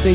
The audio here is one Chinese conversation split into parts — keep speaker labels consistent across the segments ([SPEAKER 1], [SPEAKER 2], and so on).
[SPEAKER 1] 最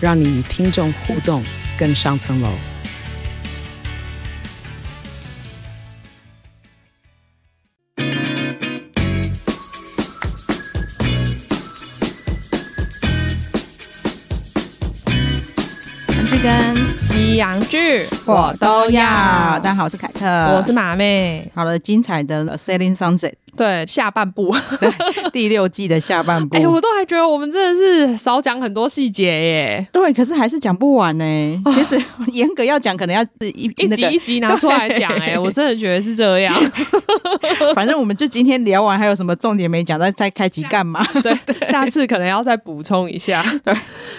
[SPEAKER 1] 让你与听众互动更上层楼。
[SPEAKER 2] 去跟西洋剧，
[SPEAKER 3] 我都要。大家好，我是凯特，
[SPEAKER 2] 我是马妹。
[SPEAKER 3] 好了，精彩的《Selling Sunset
[SPEAKER 2] 对，下半部，》
[SPEAKER 3] 第六季的下半部。
[SPEAKER 2] 哎、我都还觉得我们真的是少讲很多细节耶。
[SPEAKER 3] 对，可是还是讲不完呢、 其实严格要讲，可能要是一
[SPEAKER 2] 一
[SPEAKER 3] 那
[SPEAKER 2] 集
[SPEAKER 3] 个
[SPEAKER 2] 一集拿出来 讲，哎，
[SPEAKER 3] 对
[SPEAKER 2] 我真的觉得是这 样，
[SPEAKER 3] 反正我们就今天聊完，还有什么重点没讲，再再开集干 嘛？对对
[SPEAKER 2] 下次可能要再补充一下。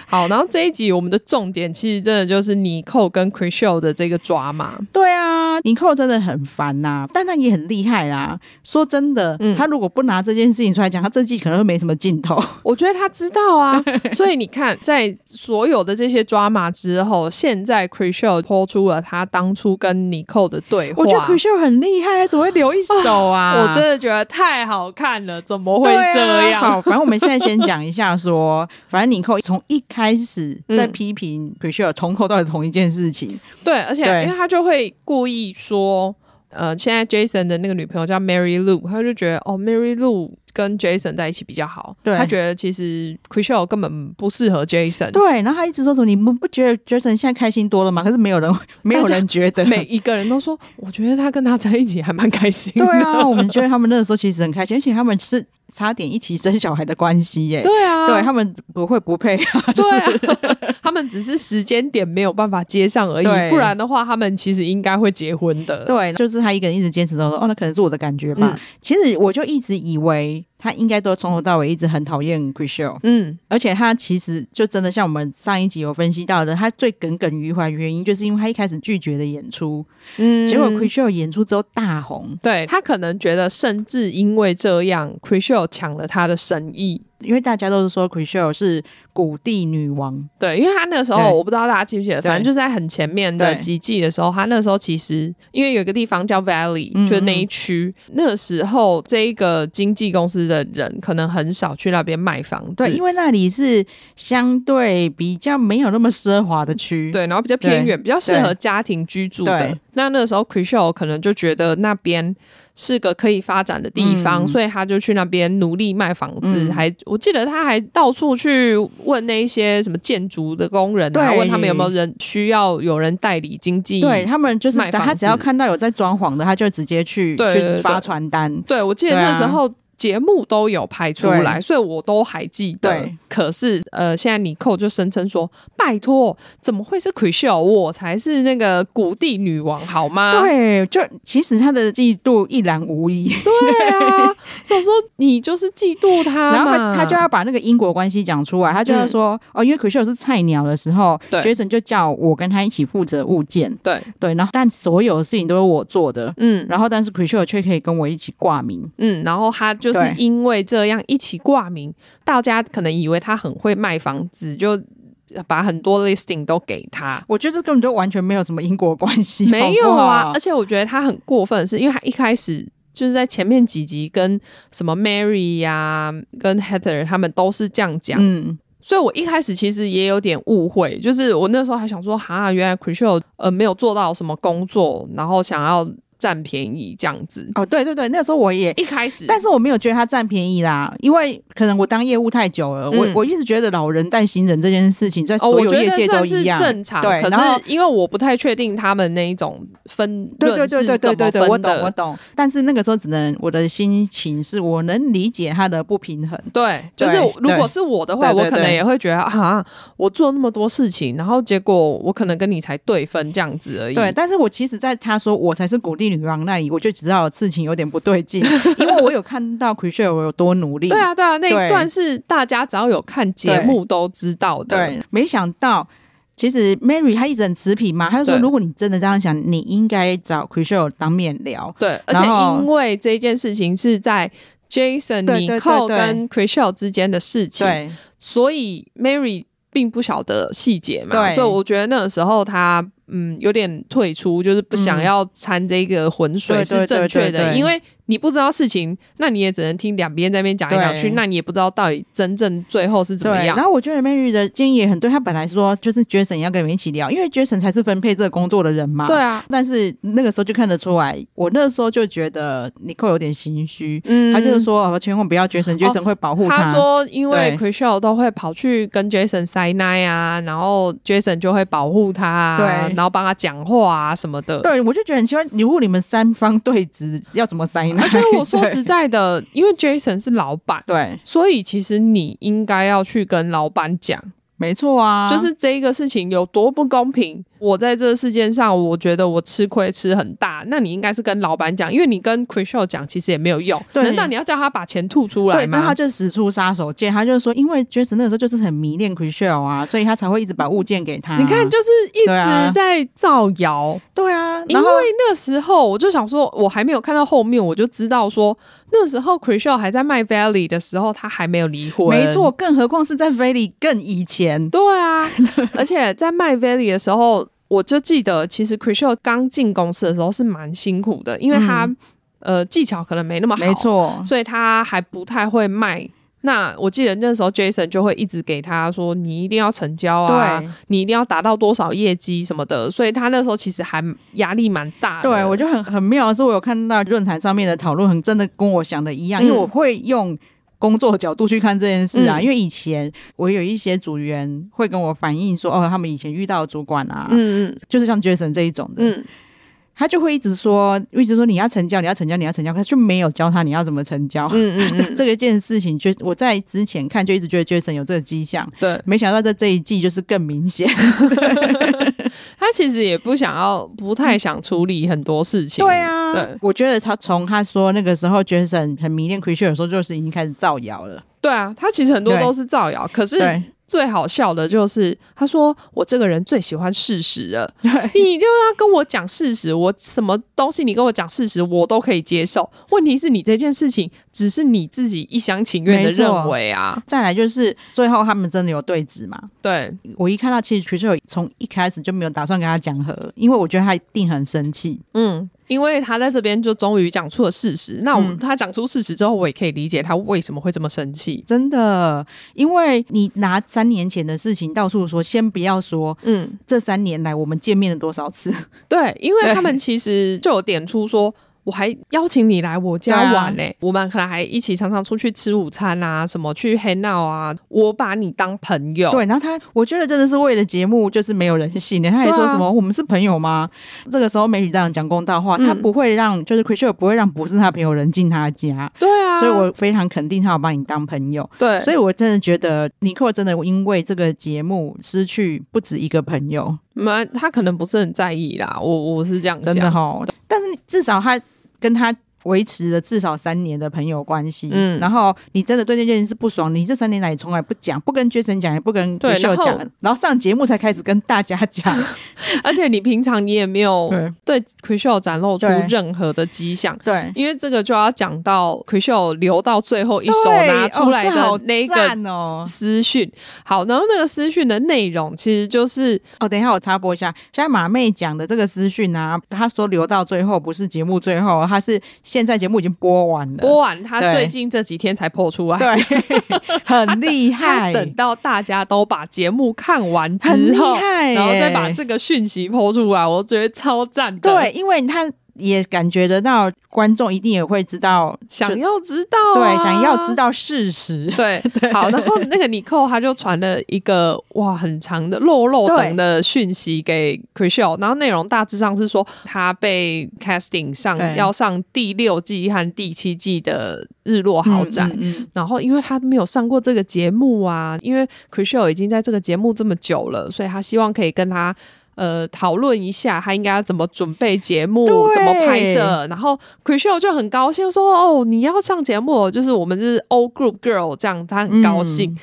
[SPEAKER 2] 好，然后这一集我们的重点其实真的就是尼寇跟 c h r i s h e 的这个抓嘛，
[SPEAKER 3] 对啊，尼寇真的很烦呐、但他也很厉害啦、说真的，
[SPEAKER 2] 嗯
[SPEAKER 3] 他如果不拿这件事情出来讲，他这季可能会没什么镜头。
[SPEAKER 2] 我觉得他知道 啊，所以你看，在所有的这些抓马之后，现在 c h r i s h e 播出了他当初跟尼寇的对话，
[SPEAKER 3] 我觉得 c r i s 很厉害，怎么会留一手 啊？
[SPEAKER 2] 我真的觉得太好看了，怎么会
[SPEAKER 3] 对啊
[SPEAKER 2] 这样？
[SPEAKER 3] 好，反正我们现在先讲一下说，反正尼寇从一开始在
[SPEAKER 2] 嗯
[SPEAKER 3] 批评 c r i s 从头到尾同一件事情。
[SPEAKER 2] 对，而且
[SPEAKER 3] 对
[SPEAKER 2] 因为他就会故意说，呃，现在 Jason 的那个女朋友叫 Mary Lou，他就觉得哦，Mary Lou 跟 Jason 在一起比较好，
[SPEAKER 3] 对
[SPEAKER 2] 他觉得其实 c r i s h e 根本不适合 Jason。
[SPEAKER 3] 对，然后他一直说什么你们不觉得 Jason 现在开心多了吗？可是没有人，没有人觉得。
[SPEAKER 2] 每一个人都说，我觉得他跟他在一起还蛮开心 的。
[SPEAKER 3] 对啊，我们觉得他们那个时候其实很开心，而且他们是差点一起生小孩的关系耶。
[SPEAKER 2] 对啊，
[SPEAKER 3] 对他们不会不配啊，
[SPEAKER 2] 对啊， 他们只是时间点没有办法接上而已，
[SPEAKER 3] 对
[SPEAKER 2] 不然的话，他们其实应该会结婚的。
[SPEAKER 3] 对，就是他一个人一直坚持到说，哦，那可能是我的感觉吧。
[SPEAKER 2] 啊嗯
[SPEAKER 3] 其实我就一直以为他应该都从头到尾一直很讨厌 g r i s h e
[SPEAKER 2] 嗯，
[SPEAKER 3] 而且他其实就真的像我们上一集有分析到的，他最耿耿于怀的原因，就是因为他一开始拒绝的演出，
[SPEAKER 2] 嗯
[SPEAKER 3] 结果 c r i s h e 演出之后大红，
[SPEAKER 2] 对他可能觉得，甚至因为这样 c r i s h e 抢了他的生意。
[SPEAKER 3] 因为大家都是说 c r i s h e 是谷地女王，
[SPEAKER 2] 对，因为他那个时候，
[SPEAKER 3] 对
[SPEAKER 2] 我不知道大家记不记得，
[SPEAKER 3] 对
[SPEAKER 2] 反正就在很前面的
[SPEAKER 3] 对
[SPEAKER 2] 几季的时候，他那时候其实因为有一个地方叫 Valley，
[SPEAKER 3] 嗯
[SPEAKER 2] 就是那一区，那时候这一个经纪公司的人可能很少去那边卖房子，
[SPEAKER 3] 对，因为那里是相对比较没有那么奢华的区，
[SPEAKER 2] 对，然后比较偏远，比较适合家庭居住的
[SPEAKER 3] 对。
[SPEAKER 2] 那那个时候 c r i s h e 可能就觉得那边是个可以发展的地方，
[SPEAKER 3] 嗯
[SPEAKER 2] 所以他就去那边努力卖房子，
[SPEAKER 3] 嗯
[SPEAKER 2] 还我记得他还到处去问那一些什么建筑的工人啊，
[SPEAKER 3] 对
[SPEAKER 2] 问他们有没有人需要有人代理经济。
[SPEAKER 3] 对他们就是
[SPEAKER 2] 卖房
[SPEAKER 3] 他只要
[SPEAKER 2] 子
[SPEAKER 3] 看到有在装潢的，他就直接去
[SPEAKER 2] 对对对
[SPEAKER 3] 去发传单，
[SPEAKER 2] 对我记得
[SPEAKER 3] 对啊
[SPEAKER 2] 那时候。节目都有拍出
[SPEAKER 3] 对
[SPEAKER 2] 来，所以我都还记得
[SPEAKER 3] 对。
[SPEAKER 2] 可是，呃，现在尼寇就声称说：“拜托，怎么会是 c r i s h e 我才是那个谷地女王，好吗？”
[SPEAKER 3] 对，就其实他的嫉妒一览无遗。
[SPEAKER 2] 对 啊，所以我说你就是嫉妒他嘛，
[SPEAKER 3] 然后他他就要把那个因果关系讲出来，他就要说、哦，因为 c r i 是菜鸟的时候
[SPEAKER 2] 嗯对
[SPEAKER 3] ，Jason 就叫我跟他一起负责物件，
[SPEAKER 2] 对，
[SPEAKER 3] 对，然后但所有事情都是我做的，
[SPEAKER 2] 嗯
[SPEAKER 3] 然后但是 c r i 却可以跟我一起挂名，
[SPEAKER 2] 嗯，然后他就是
[SPEAKER 3] 对
[SPEAKER 2] 因为这样一起挂名，大家可能以为他很会卖房子，就把很多 listing 都给 他。
[SPEAKER 3] 我觉得这根本就完全没有什么因果关系，
[SPEAKER 2] 没有
[SPEAKER 3] 好不好
[SPEAKER 2] 啊，而且我觉得他很过分的是，因为他一开始就是在前面几集跟什么 Mary 呀、跟 Heather 他们都是这样讲，
[SPEAKER 3] 嗯，
[SPEAKER 2] 所以我一开始其实也有点误会，就是我那时候还想说，哈，原来 c r i s h e 呃没有做到什么工作，然后想要占便宜这样子。
[SPEAKER 3] 哦，对对对，那时候我也。
[SPEAKER 2] 一开始，
[SPEAKER 3] 但是我没有觉得他占便宜啦，因为可能我当业务太久了，
[SPEAKER 2] 嗯
[SPEAKER 3] 我我一直觉得老人带新人这件事情在
[SPEAKER 2] 哦，
[SPEAKER 3] 所
[SPEAKER 2] 我
[SPEAKER 3] 有
[SPEAKER 2] 觉
[SPEAKER 3] 业
[SPEAKER 2] 得
[SPEAKER 3] 界都
[SPEAKER 2] 算是
[SPEAKER 3] 一样，
[SPEAKER 2] 正常，
[SPEAKER 3] 对
[SPEAKER 2] 可
[SPEAKER 3] 然后
[SPEAKER 2] 是因为我不太确定他们那一种分
[SPEAKER 3] 对对
[SPEAKER 2] 论
[SPEAKER 3] 对
[SPEAKER 2] 是
[SPEAKER 3] 对对
[SPEAKER 2] 怎
[SPEAKER 3] 对
[SPEAKER 2] 么
[SPEAKER 3] 对，我
[SPEAKER 2] 分
[SPEAKER 3] 懂我
[SPEAKER 2] 的，
[SPEAKER 3] 懂。但是那个时候只能我的心情是我能理解他的不平衡，
[SPEAKER 2] 对，就是
[SPEAKER 3] 对
[SPEAKER 2] 如果是我的话，
[SPEAKER 3] 对对
[SPEAKER 2] 我可能
[SPEAKER 3] 对
[SPEAKER 2] 也会觉得啊，我做那么多事情，然后结果我可能跟你才对分这样子而已。
[SPEAKER 3] 对。但是我其实，在他说我才是鼓励女王那里，我就知道事情有点不对 劲，因为我有看到 c r i s h e 我有多努力。
[SPEAKER 2] 对啊，对啊，那一
[SPEAKER 3] 对
[SPEAKER 2] 段是大家只要有看节
[SPEAKER 3] 对
[SPEAKER 2] 目都知道的。
[SPEAKER 3] 对，没想到其实 Mary 她一直很持平嘛，她就说
[SPEAKER 2] 对
[SPEAKER 3] 如果你真的这样想，你应该找 c r i s h e 当面聊。
[SPEAKER 2] 对，而
[SPEAKER 3] 然
[SPEAKER 2] 且
[SPEAKER 3] 后
[SPEAKER 2] 因为这件事情是在 Jason、
[SPEAKER 3] 对对对
[SPEAKER 2] Nicole
[SPEAKER 3] 对
[SPEAKER 2] 跟 c r i s h e l 之间的事情，
[SPEAKER 3] 对
[SPEAKER 2] 所以 Mary 并不晓得细节嘛，
[SPEAKER 3] 对
[SPEAKER 2] 所以我觉得那个时候他嗯有点退出，就是不想要掺这个浑水
[SPEAKER 3] 嗯对
[SPEAKER 2] 是
[SPEAKER 3] 对
[SPEAKER 2] 正确
[SPEAKER 3] 对对
[SPEAKER 2] 的，
[SPEAKER 3] 对
[SPEAKER 2] 因为你不知道事情，那你也只能听两边在那边讲来讲去，
[SPEAKER 3] 对
[SPEAKER 2] 那你也不知道到底真正最后是怎么
[SPEAKER 3] 对，
[SPEAKER 2] 样
[SPEAKER 3] 然。后我觉得 Mary 的建议也很对，她本来说就是 Jason 要跟你们一起聊，因为 Jason 才是分配这个工作的人嘛。
[SPEAKER 2] 对。啊，
[SPEAKER 3] 但是那个时候就看得出来，我那时候就觉得 Nicole 有点心虚，
[SPEAKER 2] 嗯
[SPEAKER 3] 她就是说哦千万不要 Jason，Jason 会保护
[SPEAKER 2] 他说，因为
[SPEAKER 3] 对
[SPEAKER 2] c r i s h e l 都会跑去跟 Jason 塞奶啊，然后 Jason 就会保护他、啊，
[SPEAKER 3] 对
[SPEAKER 2] 然后帮他讲话啊什么的。
[SPEAKER 3] 对，我就觉得很奇怪，如果你们三方对峙，要怎么塞 呢？
[SPEAKER 2] 而且我说
[SPEAKER 3] 对
[SPEAKER 2] 实在的，因为 Jason 是老板，
[SPEAKER 3] 对，
[SPEAKER 2] 所以其实你应该要去跟老板讲，
[SPEAKER 3] 没错啊，
[SPEAKER 2] 就是这一个事情有多不公平。我在这个事件上，我觉得我吃亏吃很大。那你应该是跟老板讲，因为你跟 c r i s h e l 讲其实也没有用。
[SPEAKER 3] 对
[SPEAKER 2] 难道你要叫他把钱吐出来
[SPEAKER 3] 对，那他
[SPEAKER 2] 吗？
[SPEAKER 3] 就使出杀手锏，他就说，因为 Jason 那个时候就是很迷恋 c r i s h e l 啊，所以他才会一直把物件给他。
[SPEAKER 2] 你看，就是一
[SPEAKER 3] 嗯对
[SPEAKER 2] 直
[SPEAKER 3] 啊
[SPEAKER 2] 在造谣。
[SPEAKER 3] 对啊，
[SPEAKER 2] 因
[SPEAKER 3] 然
[SPEAKER 2] 为
[SPEAKER 3] 后
[SPEAKER 2] 那时候我就想说，我还没有看到后面，我就知道说，那时候 c r i s h e l 还在卖 Valley 的时候，他还没有离婚。
[SPEAKER 3] 没错，，更何况是在 v a l y 更以前，
[SPEAKER 2] 对 啊，而且在卖 Valley 的时候，我就记得，其实 c r i s h e l 刚进公司的时候是蛮辛苦的，因为他、呃技巧可能没那么好，
[SPEAKER 3] 没，错，
[SPEAKER 2] 所以他还不太会卖。那我记得那时候 Jason 就会一直给他说，你一定要成交啊，
[SPEAKER 3] 对
[SPEAKER 2] 你一定要达到多少业绩什么的，所以他那时候其实还压力蛮大的。
[SPEAKER 3] 对，我就很很妙的是，我有看到论坛上面的讨论，很真的跟我想的一样，因为
[SPEAKER 2] 嗯
[SPEAKER 3] 我会用。工作角度去看这件事啊，
[SPEAKER 2] 嗯
[SPEAKER 3] 因为以前我有一些组员会跟我反映说，哦，他们以前遇到的主管啊，
[SPEAKER 2] 嗯嗯
[SPEAKER 3] 就是像 Jason 这一种的，
[SPEAKER 2] 嗯，
[SPEAKER 3] 他就会一直说，一直说你要成交，你要成交，你要成交，可是就没有教他你要怎么成交。
[SPEAKER 2] 嗯嗯 嗯，
[SPEAKER 3] 这个件事情，就我在之前看就一直觉得 Jason 有这个迹象，
[SPEAKER 2] 对
[SPEAKER 3] 没想到在这一季就是更明显。
[SPEAKER 2] 他其实也不想要，不太想处理很多事情。
[SPEAKER 3] 啊
[SPEAKER 2] 对啊
[SPEAKER 3] 我觉得他从他说那个时候 Jason 很迷恋 c r i s h e 的时候，就是已经开始造谣了。
[SPEAKER 2] 对啊，他其实很多
[SPEAKER 3] 对
[SPEAKER 2] 都是造谣，可是
[SPEAKER 3] 对
[SPEAKER 2] 最好笑的就是他说我这个人最喜欢事实了，
[SPEAKER 3] 对
[SPEAKER 2] 你就要跟我讲事实，我什么东西你跟我讲事实，我都可以接受。问题是你这件事情只是你自己一厢情愿的
[SPEAKER 3] 没错
[SPEAKER 2] 认为啊，
[SPEAKER 3] 再来就是最后他们真的有对峙嘛？
[SPEAKER 2] 对
[SPEAKER 3] 我一看到其实 c r i s h e 从一开始就没有打算跟他讲和，因为我觉得他一定很生气。
[SPEAKER 2] 嗯，因为他在这边就终于讲出了事实。那我、
[SPEAKER 3] 嗯
[SPEAKER 2] 他讲出事实之后，我也可以理解他为什么会这么生气。
[SPEAKER 3] 真的，因为你拿三年前的事情到处说，先不要说
[SPEAKER 2] 嗯，
[SPEAKER 3] 这三年来我们见面了多少 次，
[SPEAKER 2] 对，因为
[SPEAKER 3] 对
[SPEAKER 2] 他们其实就有点出说，我还邀请你来我家
[SPEAKER 3] 啊
[SPEAKER 2] 玩呢、我们可能还一起常常出去吃午餐啊，什么去 hang out 啊，我把你当朋友。
[SPEAKER 3] 对，然后他，我觉得真的是为了节目，就是没有人性的。他还
[SPEAKER 2] 对啊
[SPEAKER 3] 说什么、我们是朋友吗？这个时候美女当然讲公道话，
[SPEAKER 2] 嗯
[SPEAKER 3] 他不会让就是 c h r i s t 不会让不是他的朋友人进他家，
[SPEAKER 2] 对啊，
[SPEAKER 3] 所以我非常肯定他有把你当朋友。
[SPEAKER 2] 对，
[SPEAKER 3] 所
[SPEAKER 2] 以
[SPEAKER 3] 以我真的觉得尼克真的因为这个节目失去不止一个朋友，
[SPEAKER 2] 蛮他可能不是很在意啦，我我是这啊样想
[SPEAKER 3] 真的哈、但是至少他跟他。维持了至少三年的朋友关系，
[SPEAKER 2] 嗯
[SPEAKER 3] 然后你真的对那件事不爽，你这三年来也从来不讲，不跟 Jason 讲，也不跟
[SPEAKER 2] 对
[SPEAKER 3] c 秀
[SPEAKER 2] 然后
[SPEAKER 3] 讲，然后上节目才开始跟大家讲，
[SPEAKER 2] 而且你平常你也没有
[SPEAKER 3] 对，
[SPEAKER 2] 对 c r i s h e 展露出
[SPEAKER 3] 对
[SPEAKER 2] 任何的迹象。
[SPEAKER 3] 对，
[SPEAKER 2] 因为这个就要讲到 c r i s h e 留到最后一
[SPEAKER 3] 一
[SPEAKER 2] 手拿出来的那个
[SPEAKER 3] 哦
[SPEAKER 2] 私讯。好，然后那个私讯的内容其实就是
[SPEAKER 3] 哦，等一下我插播一下，现在马妹讲的这个资讯啊，她说留到最后不是节目最后，她是现在节目已经播完了，
[SPEAKER 2] 播完，他
[SPEAKER 3] 对
[SPEAKER 2] 最近这几天才破出来。
[SPEAKER 3] 啊对，很厉
[SPEAKER 2] 他
[SPEAKER 3] 害，
[SPEAKER 2] 等到大家都把节目看完
[SPEAKER 3] 很
[SPEAKER 2] 之
[SPEAKER 3] 厉
[SPEAKER 2] 后，
[SPEAKER 3] 害耶
[SPEAKER 2] 然后再把这个讯息抛出来，我觉得超赞的。
[SPEAKER 3] 对，，因为她也感觉得到观众一定也会知道，
[SPEAKER 2] 想
[SPEAKER 3] 就
[SPEAKER 2] 要啊知道、
[SPEAKER 3] 对想要知。道事实，
[SPEAKER 2] 对，好，然后那个尼寇他就传了一个哇很长的肉肉等的讯息给 c r i s h e l 然后内容大致上是说他被 casting 上
[SPEAKER 3] 对
[SPEAKER 2] 要上第六季和第七季的日落豪宅，
[SPEAKER 3] 嗯嗯嗯
[SPEAKER 2] 然后因为他没有上过这个节目啊，因为 c r i s h e l 已经在这个节目这么久了，所以他希望可以跟他。呃，讨论一下他应该要怎么准备节目，
[SPEAKER 3] 对
[SPEAKER 2] 怎么拍摄。然后 c r i s h e l 就很高兴说：“哦，你要上节目哦，就是我们是 O
[SPEAKER 3] 嗯
[SPEAKER 2] Group Girl 这样。”他很高兴，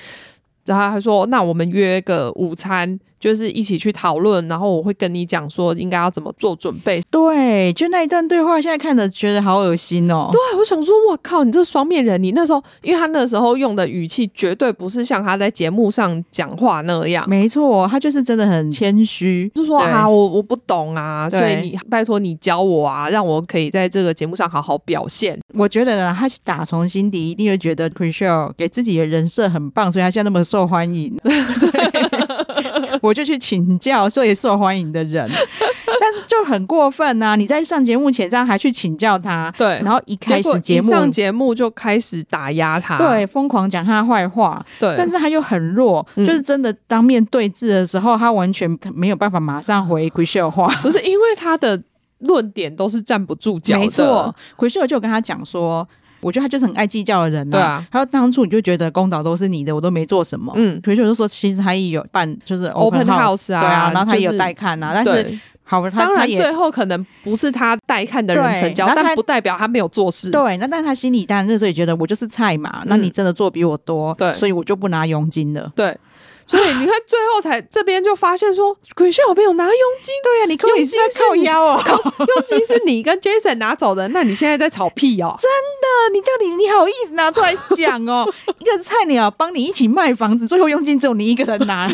[SPEAKER 2] 然后他还说：“那我们约个午餐，就是一起去讨论，然后我会跟你讲说应该要怎么做准备。
[SPEAKER 3] 对，就那一段对话，现在看着觉得好恶心哦。
[SPEAKER 2] 对，我想说，我靠，你这双面人！你那时候，因为他那时候用的语气绝对不是像他在节目上讲话那样，
[SPEAKER 3] 没错，他就是真的很谦虚，
[SPEAKER 2] 就说
[SPEAKER 3] 对
[SPEAKER 2] 啊，我我不懂啊，所以
[SPEAKER 3] 对
[SPEAKER 2] 你拜托你教我啊，让我可以在这个节目上好好表现。
[SPEAKER 3] 我觉得呢，他打从心底一定会觉得 c r i s h e l 给自己的人设很棒，所以他现在那么受欢迎。 对， 我就去请教所以受欢迎的人，但是就很过分呐、你在上节目前这样还去请教他，
[SPEAKER 2] 对
[SPEAKER 3] 然后一开
[SPEAKER 2] 结果
[SPEAKER 3] 始
[SPEAKER 2] 一
[SPEAKER 3] 节目
[SPEAKER 2] 上节目就开始打压他，
[SPEAKER 3] 对疯狂讲他的坏话，
[SPEAKER 2] 对，
[SPEAKER 3] 但是他又很弱，
[SPEAKER 2] 嗯
[SPEAKER 3] 就是真的当面对质的时候，他完全没有办法马上回 c r i s h e l 话。
[SPEAKER 2] 不是因为他的论点都是站不住脚的，
[SPEAKER 3] 没错，奎秀就有跟他讲说，我觉得他就是很爱计较的人、
[SPEAKER 2] 对啊，
[SPEAKER 3] 他说当初你就觉得公岛都是你的，我都没做什么。
[SPEAKER 2] 嗯
[SPEAKER 3] 奎秀就说，其实他也有办就是
[SPEAKER 2] Open house 啊
[SPEAKER 3] 对啊，然后他也
[SPEAKER 2] 就是
[SPEAKER 3] 有带看啊，但是
[SPEAKER 2] 对，
[SPEAKER 3] 好，他
[SPEAKER 2] 当
[SPEAKER 3] 他
[SPEAKER 2] 然
[SPEAKER 3] 也
[SPEAKER 2] 最后可能不是他带看的人
[SPEAKER 3] 对
[SPEAKER 2] 成交，
[SPEAKER 3] 那他
[SPEAKER 2] 但不代表他没有做事。
[SPEAKER 3] 对，那但是他心里当然那时候也觉得我就是菜嘛，那你真的做比我多，
[SPEAKER 2] 对
[SPEAKER 3] 所以我就不拿佣金了。
[SPEAKER 2] 对，所以你看最后才这边就发现说，鬼秀没有拿佣金，
[SPEAKER 3] 对啊，你
[SPEAKER 2] 根本是在靠腰
[SPEAKER 3] 哦，
[SPEAKER 2] 佣金是你跟 Jason 拿走的，那你现在在吵屁哦？
[SPEAKER 3] 你到底你好意思拿出来讲哦？ 一个菜鸟帮你一起卖房子，最后佣金只有你一个人 拿，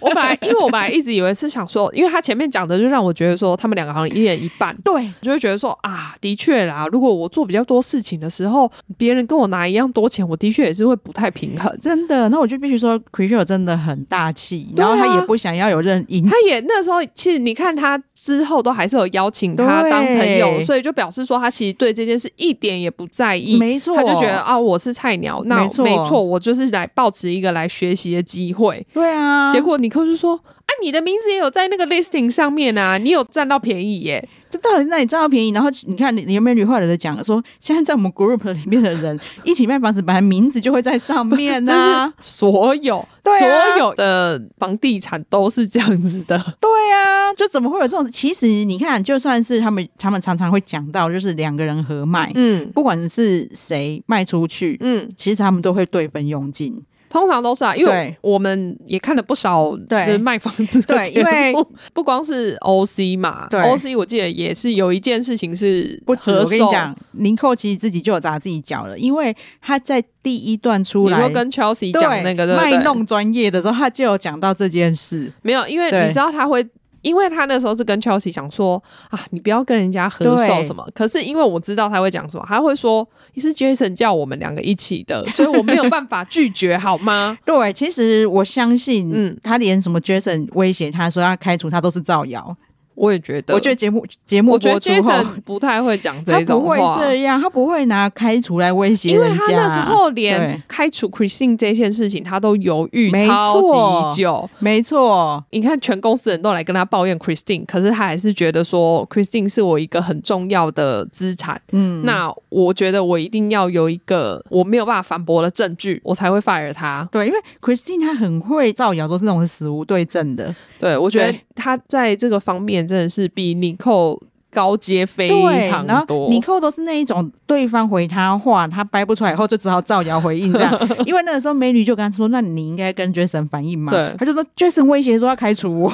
[SPEAKER 2] 我本来因为我本来一直以为是想说，因为他前面讲的就让我觉得说他们两个好像一人一半。
[SPEAKER 3] 对，
[SPEAKER 2] 我就会觉得说啊，的确啦，如果我做比较多事情的时候，别人跟我拿一样多钱，我的确也是会不太平衡。
[SPEAKER 3] 真的，那我就必须说 c r i s h e l 真的很大气，
[SPEAKER 2] 对
[SPEAKER 3] 然
[SPEAKER 2] 啊
[SPEAKER 3] 后他也不想要有任 影，
[SPEAKER 2] 他也那时候，其实你看他之后都还是有邀请他
[SPEAKER 3] 对
[SPEAKER 2] 当朋友，所以就表示说他其实对这件事一点也不在意。
[SPEAKER 3] 没错
[SPEAKER 2] 他就觉得啊，我是菜鸟，那
[SPEAKER 3] 没错
[SPEAKER 2] 没错，我就是来保持一个来学习的机会。
[SPEAKER 3] 对啊，
[SPEAKER 2] 结果尼克就说啊，你的名字也有在那个 listing 上面啊，你有占到便宜耶。
[SPEAKER 3] 这到底是哪里占到便宜？然后你看你有没有女坏人的讲说，现在在我们 group 里面的人一起卖房子，本来名字就会在上面啊
[SPEAKER 2] 就
[SPEAKER 3] 呢、
[SPEAKER 2] 是所有、
[SPEAKER 3] 对啊
[SPEAKER 2] 所有的房地产都是这样子的，
[SPEAKER 3] 对啊，就怎么会有这种？其实你看，就算是他们，他们常常会讲到，就是两个人合卖，
[SPEAKER 2] 嗯
[SPEAKER 3] 不管是谁卖出去，
[SPEAKER 2] 嗯，
[SPEAKER 3] 其实他们都会对分佣金。
[SPEAKER 2] 通常都是啊，因为
[SPEAKER 3] 对
[SPEAKER 2] 我们也看了不少
[SPEAKER 3] 对
[SPEAKER 2] 就是卖房子的
[SPEAKER 3] 对因为
[SPEAKER 2] 节目 不光是 OC 嘛
[SPEAKER 3] 对
[SPEAKER 2] ，OC 我记得也是有一件事情是
[SPEAKER 3] 不止，
[SPEAKER 2] 合
[SPEAKER 3] 我跟你
[SPEAKER 2] 售
[SPEAKER 3] 讲，林寇其实自己就有砸自己脚了，因为他在第一段出
[SPEAKER 2] 你
[SPEAKER 3] 来
[SPEAKER 2] 说跟 Chelsea
[SPEAKER 3] 对
[SPEAKER 2] 讲那个对不对
[SPEAKER 3] 卖弄专业的时候，他就有讲到这件事。
[SPEAKER 2] 没有，因为
[SPEAKER 3] 对
[SPEAKER 2] 你知道他会。因为他那时候是跟 Chelsea 想说啊，你不要跟人家合手
[SPEAKER 3] 对
[SPEAKER 2] 什么。可是因为我知道他会讲什么，他会说你是 Jason 叫我们两个一起 的，所以我没有办法拒绝，好吗？
[SPEAKER 3] 对，其实我相信，
[SPEAKER 2] 嗯
[SPEAKER 3] 嗯，他连什么 Jason 威胁他说要开除他都是造谣。
[SPEAKER 2] 我也觉 得
[SPEAKER 3] 我觉得节目节目
[SPEAKER 2] 我觉得
[SPEAKER 3] 播出后，
[SPEAKER 2] Jason 不太会讲
[SPEAKER 3] 他
[SPEAKER 2] 这
[SPEAKER 3] 不
[SPEAKER 2] 种
[SPEAKER 3] 会
[SPEAKER 2] 话，
[SPEAKER 3] 这样，他不会拿开除来威胁
[SPEAKER 2] 因为
[SPEAKER 3] 人
[SPEAKER 2] 他
[SPEAKER 3] 家。
[SPEAKER 2] 那时候连
[SPEAKER 3] 对
[SPEAKER 2] 开除 Christine 这件事情，他都犹豫
[SPEAKER 3] 没
[SPEAKER 2] 超
[SPEAKER 3] 错
[SPEAKER 2] 级久。
[SPEAKER 3] 没错，
[SPEAKER 2] 你看，全公司人都来跟他抱怨 Christine，可是他还是觉得说 Christine 是我一个很重要的资产。
[SPEAKER 3] 嗯，
[SPEAKER 2] 那我觉得我一定要有一个我没有办法反驳的证据，我才会 fire 他。
[SPEAKER 3] 对，因为 Christine 她很会造谣，都是那种死无对证的。
[SPEAKER 2] 对我觉得
[SPEAKER 3] 对
[SPEAKER 2] 他在这个方面真的是比 Nicole 高阶非
[SPEAKER 3] 对，
[SPEAKER 2] 常
[SPEAKER 3] 然后
[SPEAKER 2] 多。
[SPEAKER 3] 尼寇都是那一种，对方回他话，他掰不出来以后，就只好造谣回应这 样。因为那个时候美女就跟他说：“那你应该跟 Jason 反映嘛。
[SPEAKER 2] 对”
[SPEAKER 3] 他就说：“Jason 威胁说要开除 我。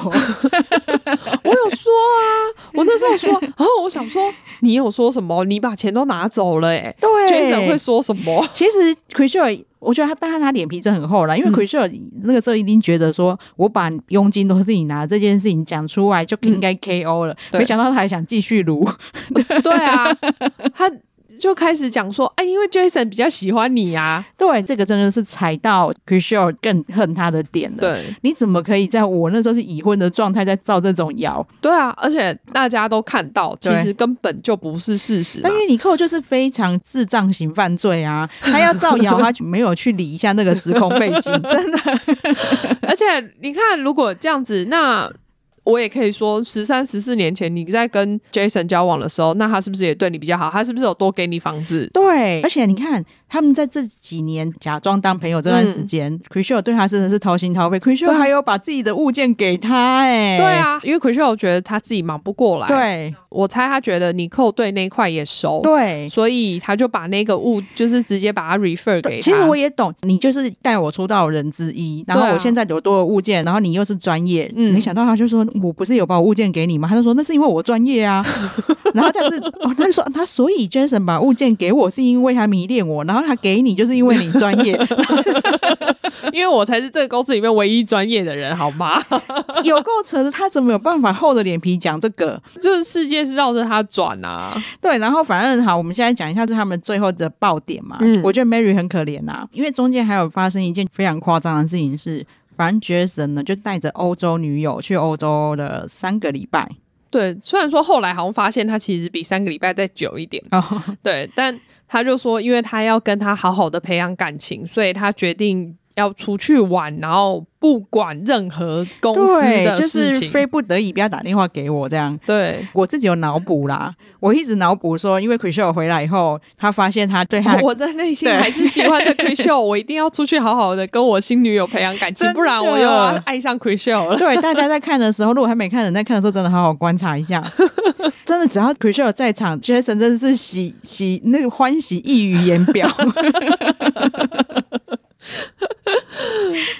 [SPEAKER 2] 我有说啊， 我那时候有说，然后我想说，你有说什么？你把钱都拿走了、欸”，
[SPEAKER 3] 对
[SPEAKER 2] 哎，Jason 会说什么？
[SPEAKER 3] 其实 c r i s h e 我觉得他，但他他脸皮真的很厚啦，因为
[SPEAKER 2] 嗯
[SPEAKER 3] c r i s h e 那个时候一定觉得说，我把佣金都是你拿这件事情讲出来，就应该 KO 了。
[SPEAKER 2] 对
[SPEAKER 3] 没想到他还想继续撸，
[SPEAKER 2] 对啊， 他就开始讲说，哎、因为 Jason 比较喜欢你啊，
[SPEAKER 3] 对，这个真的是踩到 c r i s h e 更恨他的点了。。
[SPEAKER 2] 对
[SPEAKER 3] 你怎么可以在我那时候是已婚的状态在造这种谣？
[SPEAKER 2] 对啊，而且大家都看到，其
[SPEAKER 3] 对
[SPEAKER 2] 实根本就不是事实啊嘛
[SPEAKER 3] 但因。为尼寇就是非常智障型犯罪 啊，他要造谣，他没有去理一下那个时空背景，真的
[SPEAKER 2] 而且你看，如果这样子，那我也可以说，十三、十四年前你在跟 Jason 交往的时候，那他是不是也对你比较好？他是不是有多给你房子？
[SPEAKER 3] 对。而且你看，他们在这几年假装当朋友这段时间、c r i s h e l 对他真的是掏心掏肺 c r i s h e l
[SPEAKER 2] 嗯对啊
[SPEAKER 3] 还有把自己的物件给他、哎，
[SPEAKER 2] 对，啊，因为 c h r i s t a 觉得他自己忙不过来，，
[SPEAKER 3] 对
[SPEAKER 2] 我猜他觉得尼寇对那一块也熟，，
[SPEAKER 3] 对。
[SPEAKER 2] 所以他就把那个物就是直接把它 refer 给
[SPEAKER 3] 对
[SPEAKER 2] 他。
[SPEAKER 3] 其实我也懂，你就是带我出道的人之一，然后
[SPEAKER 2] 对啊
[SPEAKER 3] 我现在有多的物件，然后你又是专业，
[SPEAKER 2] 嗯
[SPEAKER 3] 没想到他就说我不是有把我物件给你吗？他就说那是因为我专业啊，然后但是哦，他就说他所以 Jason 把物件给我是因为他迷恋我，然后他给你就是因为你专业，
[SPEAKER 2] 因为我才是这个公司里面唯一专业的人，好吗？
[SPEAKER 3] 有够扯的，他怎么有办法厚着脸皮讲这个？
[SPEAKER 2] 就是世界是绕着他转啊，
[SPEAKER 3] 对，然后反正好，我们现在讲一下是他们最后的爆点嘛。
[SPEAKER 2] 嗯
[SPEAKER 3] 我觉得 Mary 很可怜呐、因为中间还有发生一件非常夸张的事情是。反正 Jason 呢，就带着欧洲女友去欧洲了三个礼拜，
[SPEAKER 2] 对。虽然说后来好像发现他其实比三个礼拜再久一点，
[SPEAKER 3] 哦，
[SPEAKER 2] 对，但他就说，因为他要跟他好好的培养感情，所以他决定要出去玩，然后不管任何公司
[SPEAKER 3] 对，
[SPEAKER 2] 的
[SPEAKER 3] 就
[SPEAKER 2] 事
[SPEAKER 3] 是
[SPEAKER 2] 情。
[SPEAKER 3] 非不得已不要打电话给我这样。
[SPEAKER 2] 对，
[SPEAKER 3] 我自己有脑补啦，我一直脑补说，因为 c h r i s t a 回来以后，他发现他对他
[SPEAKER 2] 我在内心
[SPEAKER 3] 对
[SPEAKER 2] 还是喜欢着 Chriselle，我一定要出去好好的跟我新女友培养感情
[SPEAKER 3] 真，的
[SPEAKER 2] 不然我又要爱上 Chriselle 了。
[SPEAKER 3] 对，大家在看的时候，如果还没看的人在看的时候，真的好好观察一 下。真的，只要 c r i s h e l 在场，Jason 真的是喜喜那个欢喜溢于言 表。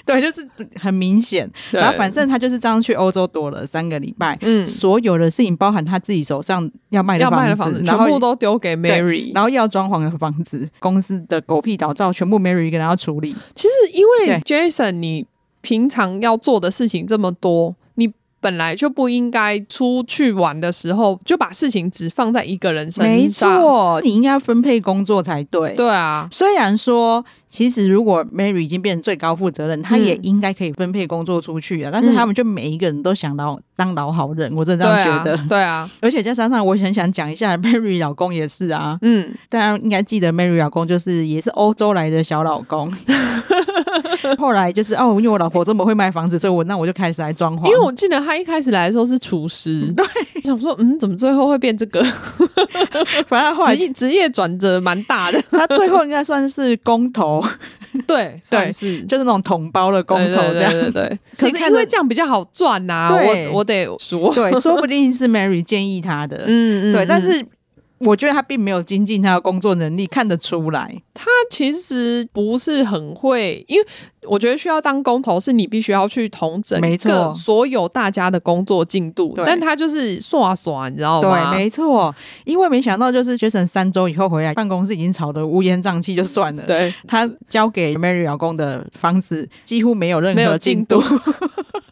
[SPEAKER 3] 对，就是很明显。
[SPEAKER 2] 对
[SPEAKER 3] 然后反正他就是这样去欧洲躲了三个礼拜，
[SPEAKER 2] 嗯，
[SPEAKER 3] 所有的事情，包含他自己手上要卖的
[SPEAKER 2] 要卖的
[SPEAKER 3] 房
[SPEAKER 2] 房
[SPEAKER 3] 子
[SPEAKER 2] 子，
[SPEAKER 3] 然
[SPEAKER 2] 全
[SPEAKER 3] 后
[SPEAKER 2] 部都丢给
[SPEAKER 3] 对
[SPEAKER 2] Mary。
[SPEAKER 3] 然后要装潢的房子，公司的狗屁倒灶，全部 Mary 一个人要处理。
[SPEAKER 2] 其实因为
[SPEAKER 3] 对
[SPEAKER 2] Jason，你平常要做的事情这么多，你本来就不应该出去玩的时候就把事情只放在一个人
[SPEAKER 3] 没
[SPEAKER 2] 身上。，
[SPEAKER 3] 错，你应该分配工作才对。
[SPEAKER 2] 对啊，
[SPEAKER 3] 虽然说，其实如果 Mary 已经变成最高负责人，她也
[SPEAKER 2] 嗯
[SPEAKER 3] 应该可以分配工作出去啊。但是他们就每一个人都想老当老好人，我真的
[SPEAKER 2] 对
[SPEAKER 3] 这样
[SPEAKER 2] 啊
[SPEAKER 3] 觉得。，
[SPEAKER 2] 对啊，
[SPEAKER 3] 而且再加上，我很想讲一下 Mary 老公也是啊，
[SPEAKER 2] 嗯，
[SPEAKER 3] 大家应该记得 Mary 老公就是也是欧洲来的小老 公。后来就是哦，因为我老婆这么会卖房子，所以我那我就开始来装潢。
[SPEAKER 2] 因为我记得他一开始来的时候是 厨师，对，想说嗯，怎么最后会变这个？
[SPEAKER 3] 反正 后
[SPEAKER 2] 职
[SPEAKER 3] 来
[SPEAKER 2] 业职业转折蛮 大的，
[SPEAKER 3] 他最后应该算是工 头，
[SPEAKER 2] 对，算是
[SPEAKER 3] 就是那种同胞的工头这样。
[SPEAKER 2] 对对对 对对。
[SPEAKER 3] 所
[SPEAKER 2] 可
[SPEAKER 3] 以
[SPEAKER 2] 是
[SPEAKER 3] 看
[SPEAKER 2] 因为
[SPEAKER 3] 着
[SPEAKER 2] 这样比较好赚呐，
[SPEAKER 3] 对
[SPEAKER 2] 我我得说，
[SPEAKER 3] 对，说不定是 Mary 建议他的。
[SPEAKER 2] 嗯
[SPEAKER 3] 对，但是我觉得他并没有精进他的工作能力，看得出来。
[SPEAKER 2] 他其实不是很会，因为我觉得需要当工头是你必须要去统整
[SPEAKER 3] 没错
[SPEAKER 2] 各所有大家的工作进度，
[SPEAKER 3] 对
[SPEAKER 2] 但他就是刷刷，你知道
[SPEAKER 3] 对，
[SPEAKER 2] 吗？
[SPEAKER 3] 没错，因为没想到就是 Jason 三周以后回来，办公室已经吵得乌烟瘴气，就算了。
[SPEAKER 2] 对
[SPEAKER 3] 他交给 Mary 老公的房子几乎没有任
[SPEAKER 2] 没有
[SPEAKER 3] 何
[SPEAKER 2] 进
[SPEAKER 3] 度，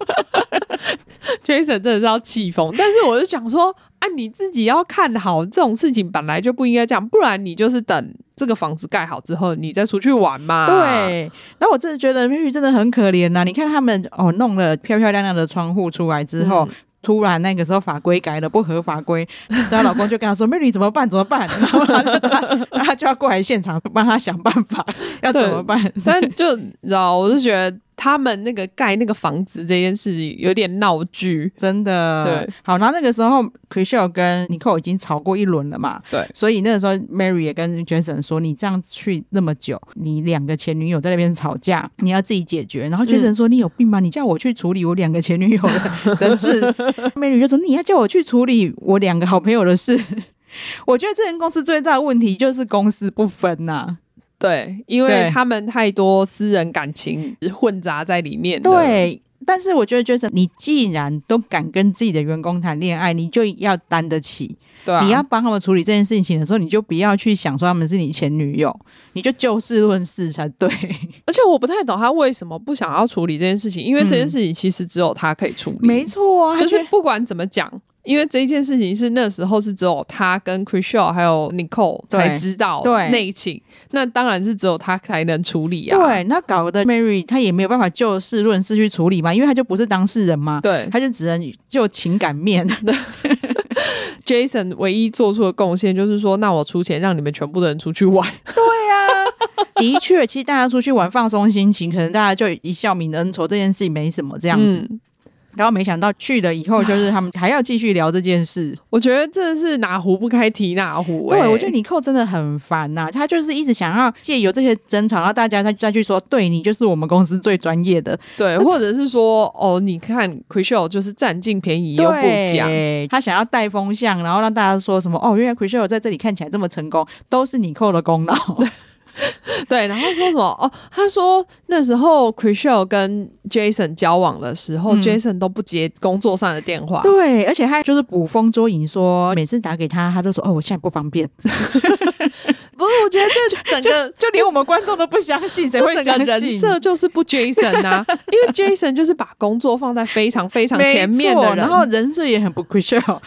[SPEAKER 2] ，Jason 真的是要气疯，但是我就想说，啊，你自己要看好这种事情，本来就不应该这样，不然你就是等这个房子盖好之后，你再出去玩嘛。，
[SPEAKER 3] 对，然后我真的觉得 Mary 真的很可怜呐、你看他们哦，弄了漂漂亮亮的窗户出来之后。
[SPEAKER 2] 嗯
[SPEAKER 3] 突然，那个时候法规改了，不合法规，她老公就跟她说：“Mary 怎么办？怎么办？”然 后她就她她就要过来现场帮她想办法，要怎么办？
[SPEAKER 2] 但就你知道，我就觉得他们那个盖那个房子这件事情有点闹剧。
[SPEAKER 3] 真的，
[SPEAKER 2] 对，
[SPEAKER 3] 好，然后那个时候 c r i s h e l 跟 Nicole 已经吵过一轮了嘛，
[SPEAKER 2] 对
[SPEAKER 3] 所以那个时候 Mary 也跟 Jason 说，你这样去那么久，你两个前女友在那边吵架，你要自己解决。然后 Jason 说，你有病吗？你叫我去处理我两个前女友的 的事，Mary 就说你要叫我去处理我两个好朋友的事。我觉得这间公司最大的问题就是公私不分啊呐、
[SPEAKER 2] 对，因为
[SPEAKER 3] 对嗯
[SPEAKER 2] 他们太多私人感情混杂在里面了。
[SPEAKER 3] 对，但是我觉得 Jason，你既然都敢跟自己的员工谈恋爱，你就要担得起。
[SPEAKER 2] 对、啊，
[SPEAKER 3] 你要帮他们处理这件事情的时候，你就不要去想说他们是你前女友，你就就事论事才 对。
[SPEAKER 2] 而且我不太懂他为什么不想要处理这件事情，因为这件事情其实只有他可以处理。
[SPEAKER 3] 嗯没错啊，
[SPEAKER 2] 就是不管怎么讲，因为这一件事情是那时候是只有他跟 c h r i s h e l 还有 Nicole
[SPEAKER 3] 对
[SPEAKER 2] 才知道
[SPEAKER 3] 对
[SPEAKER 2] 内情，那当然是只有他才能处理啊。
[SPEAKER 3] 对，那搞得 Mary 她也没有办法就事论事去处理嘛，因为她就不是当事人嘛，
[SPEAKER 2] 对
[SPEAKER 3] 她就只能就情感面。
[SPEAKER 2] ，Jason 唯一做出的贡献就是说，那我出钱让你们全部的人出去玩。
[SPEAKER 3] 的确，其实大家出去玩放松心情，可能大家就一笑泯恩仇，这件事情没什么这
[SPEAKER 2] 这
[SPEAKER 3] 样子。
[SPEAKER 2] 嗯、
[SPEAKER 3] 然后没想到去了以后，就是他们还要继续聊这件事。
[SPEAKER 2] 我觉得真的是哪壶不开提哪壶、欸。
[SPEAKER 3] 对，我觉得尼寇真的很烦呐、他就是一直想要借由这些争吵，然后大家再再去说，对你就是我们公司最专业的，
[SPEAKER 2] 对，或者是说哦，你看 c r i s h e 就是占尽便宜又不讲，
[SPEAKER 3] 对他想要带风向，然后让大家说什么哦，原来 c r i s h e 在这里看起来这么成功，都是尼寇的功劳。啊
[SPEAKER 2] 对，然后说什么哦？他说那时候 c r i s h e 跟 Jason 交往的时候、
[SPEAKER 3] 嗯
[SPEAKER 2] j a s o n 都不接工作上的电话，
[SPEAKER 3] 对，而且他就是捕风捉影说，每次打给他，他都说哦，我现在不方 便，
[SPEAKER 2] 不是？我觉得 这整个
[SPEAKER 3] 就连我们观众都不相信，谁会
[SPEAKER 2] 这整
[SPEAKER 3] 相
[SPEAKER 2] 个
[SPEAKER 3] 信？
[SPEAKER 2] 人设就是不 Jason 呐、因为 Jason 就是把工作放在非常非常前面的
[SPEAKER 3] 没错
[SPEAKER 2] 人，
[SPEAKER 3] 然后人设也很不 c r i s h e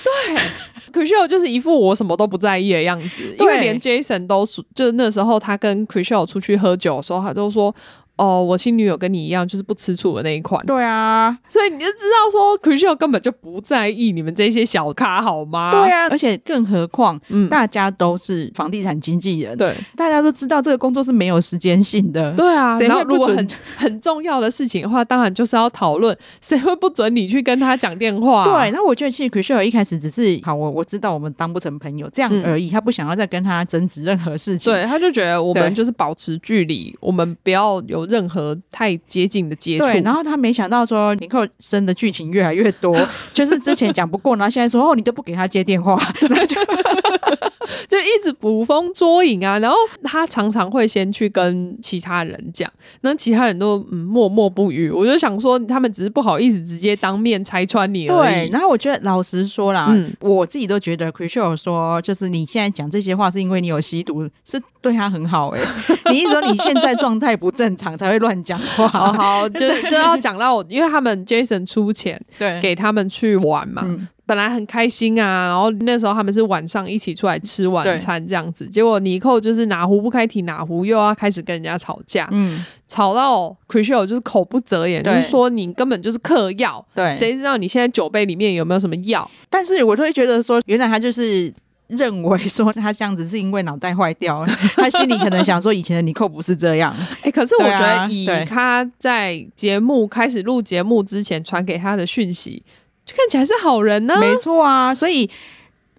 [SPEAKER 2] 可是我就是一副我什么都不在意的样子，因为
[SPEAKER 3] 对
[SPEAKER 2] 连 Jason 都说，就是那时候他跟 c r i s h e 出去喝酒的时候，他都说。哦，我新女友跟你一样，就是不吃醋的那一款，
[SPEAKER 3] 对啊，
[SPEAKER 2] 所以你就知道说 c r i s h e 根本就不在意你们这些小咖，好吗？
[SPEAKER 3] 对，啊，而且更何况、
[SPEAKER 2] 嗯，
[SPEAKER 3] 大家都是房地产经纪人，，
[SPEAKER 2] 对
[SPEAKER 3] 大家都知道这个工作是没有时间性的，
[SPEAKER 2] 对啊。
[SPEAKER 3] 谁
[SPEAKER 2] 然后
[SPEAKER 3] 会
[SPEAKER 2] 如
[SPEAKER 3] 不
[SPEAKER 2] 果很
[SPEAKER 3] 准？
[SPEAKER 2] 很重要的事情的话，当然就是要讨论，谁会不准你去跟他讲电话？
[SPEAKER 3] 对，，那我觉得其实 c r i s h e 一开始只是好，我我知道我们当不成朋友这样
[SPEAKER 2] 嗯
[SPEAKER 3] 而已，他不想要再跟他争执任何事情。
[SPEAKER 2] 对，他就觉得我们
[SPEAKER 3] 对
[SPEAKER 2] 就是保持距离，我们不要有任何太接近的接触。
[SPEAKER 3] 对，然后他没想到说尼克生的剧情越来越 多，就是之前讲不过，然后现在说哦，你都不给他接电话，然后就
[SPEAKER 2] 就一直捕风捉影啊。然后他常常会先去跟其他人讲，那其他人都嗯默默不语。我就想说，他们只是不好意思直接当面拆穿你而
[SPEAKER 3] 对
[SPEAKER 2] 已。。
[SPEAKER 3] 然后我觉得老实说啦，
[SPEAKER 2] 嗯
[SPEAKER 3] 我自己都觉得 c r i s h e 说，就是你现在讲这些话是因为你有吸毒，是对他很好 哎、你一直说你现在状态不正常才会乱讲话，
[SPEAKER 2] 好好，就是这要讲到我，因为他们 Jason 出钱
[SPEAKER 3] 对
[SPEAKER 2] 给他们去玩嘛，
[SPEAKER 3] 嗯
[SPEAKER 2] 本来很开心啊，然后那时候他们是晚上一起出来吃晚餐这样子，结果尼寇就是哪壶不开提哪壶，又要开始跟人家吵架，
[SPEAKER 3] 嗯，
[SPEAKER 2] 吵到 c r i s h e 就是口不择言，就
[SPEAKER 3] 对
[SPEAKER 2] 是说你根本就是嗑药，
[SPEAKER 3] 对
[SPEAKER 2] 谁知道你现在酒杯里面有没有什么药？
[SPEAKER 3] 但是我都会觉得说，原来他就是。认为说他这样子是因为脑袋坏掉了，他心里可能想说以前的尼寇不是这样，
[SPEAKER 2] 哎、可是我
[SPEAKER 3] 对
[SPEAKER 2] 觉
[SPEAKER 3] 啊
[SPEAKER 2] 得以
[SPEAKER 3] 对
[SPEAKER 2] 他在节目开始录节目之前传给他的讯息，就看起来是好人呢、
[SPEAKER 3] 没错啊，所以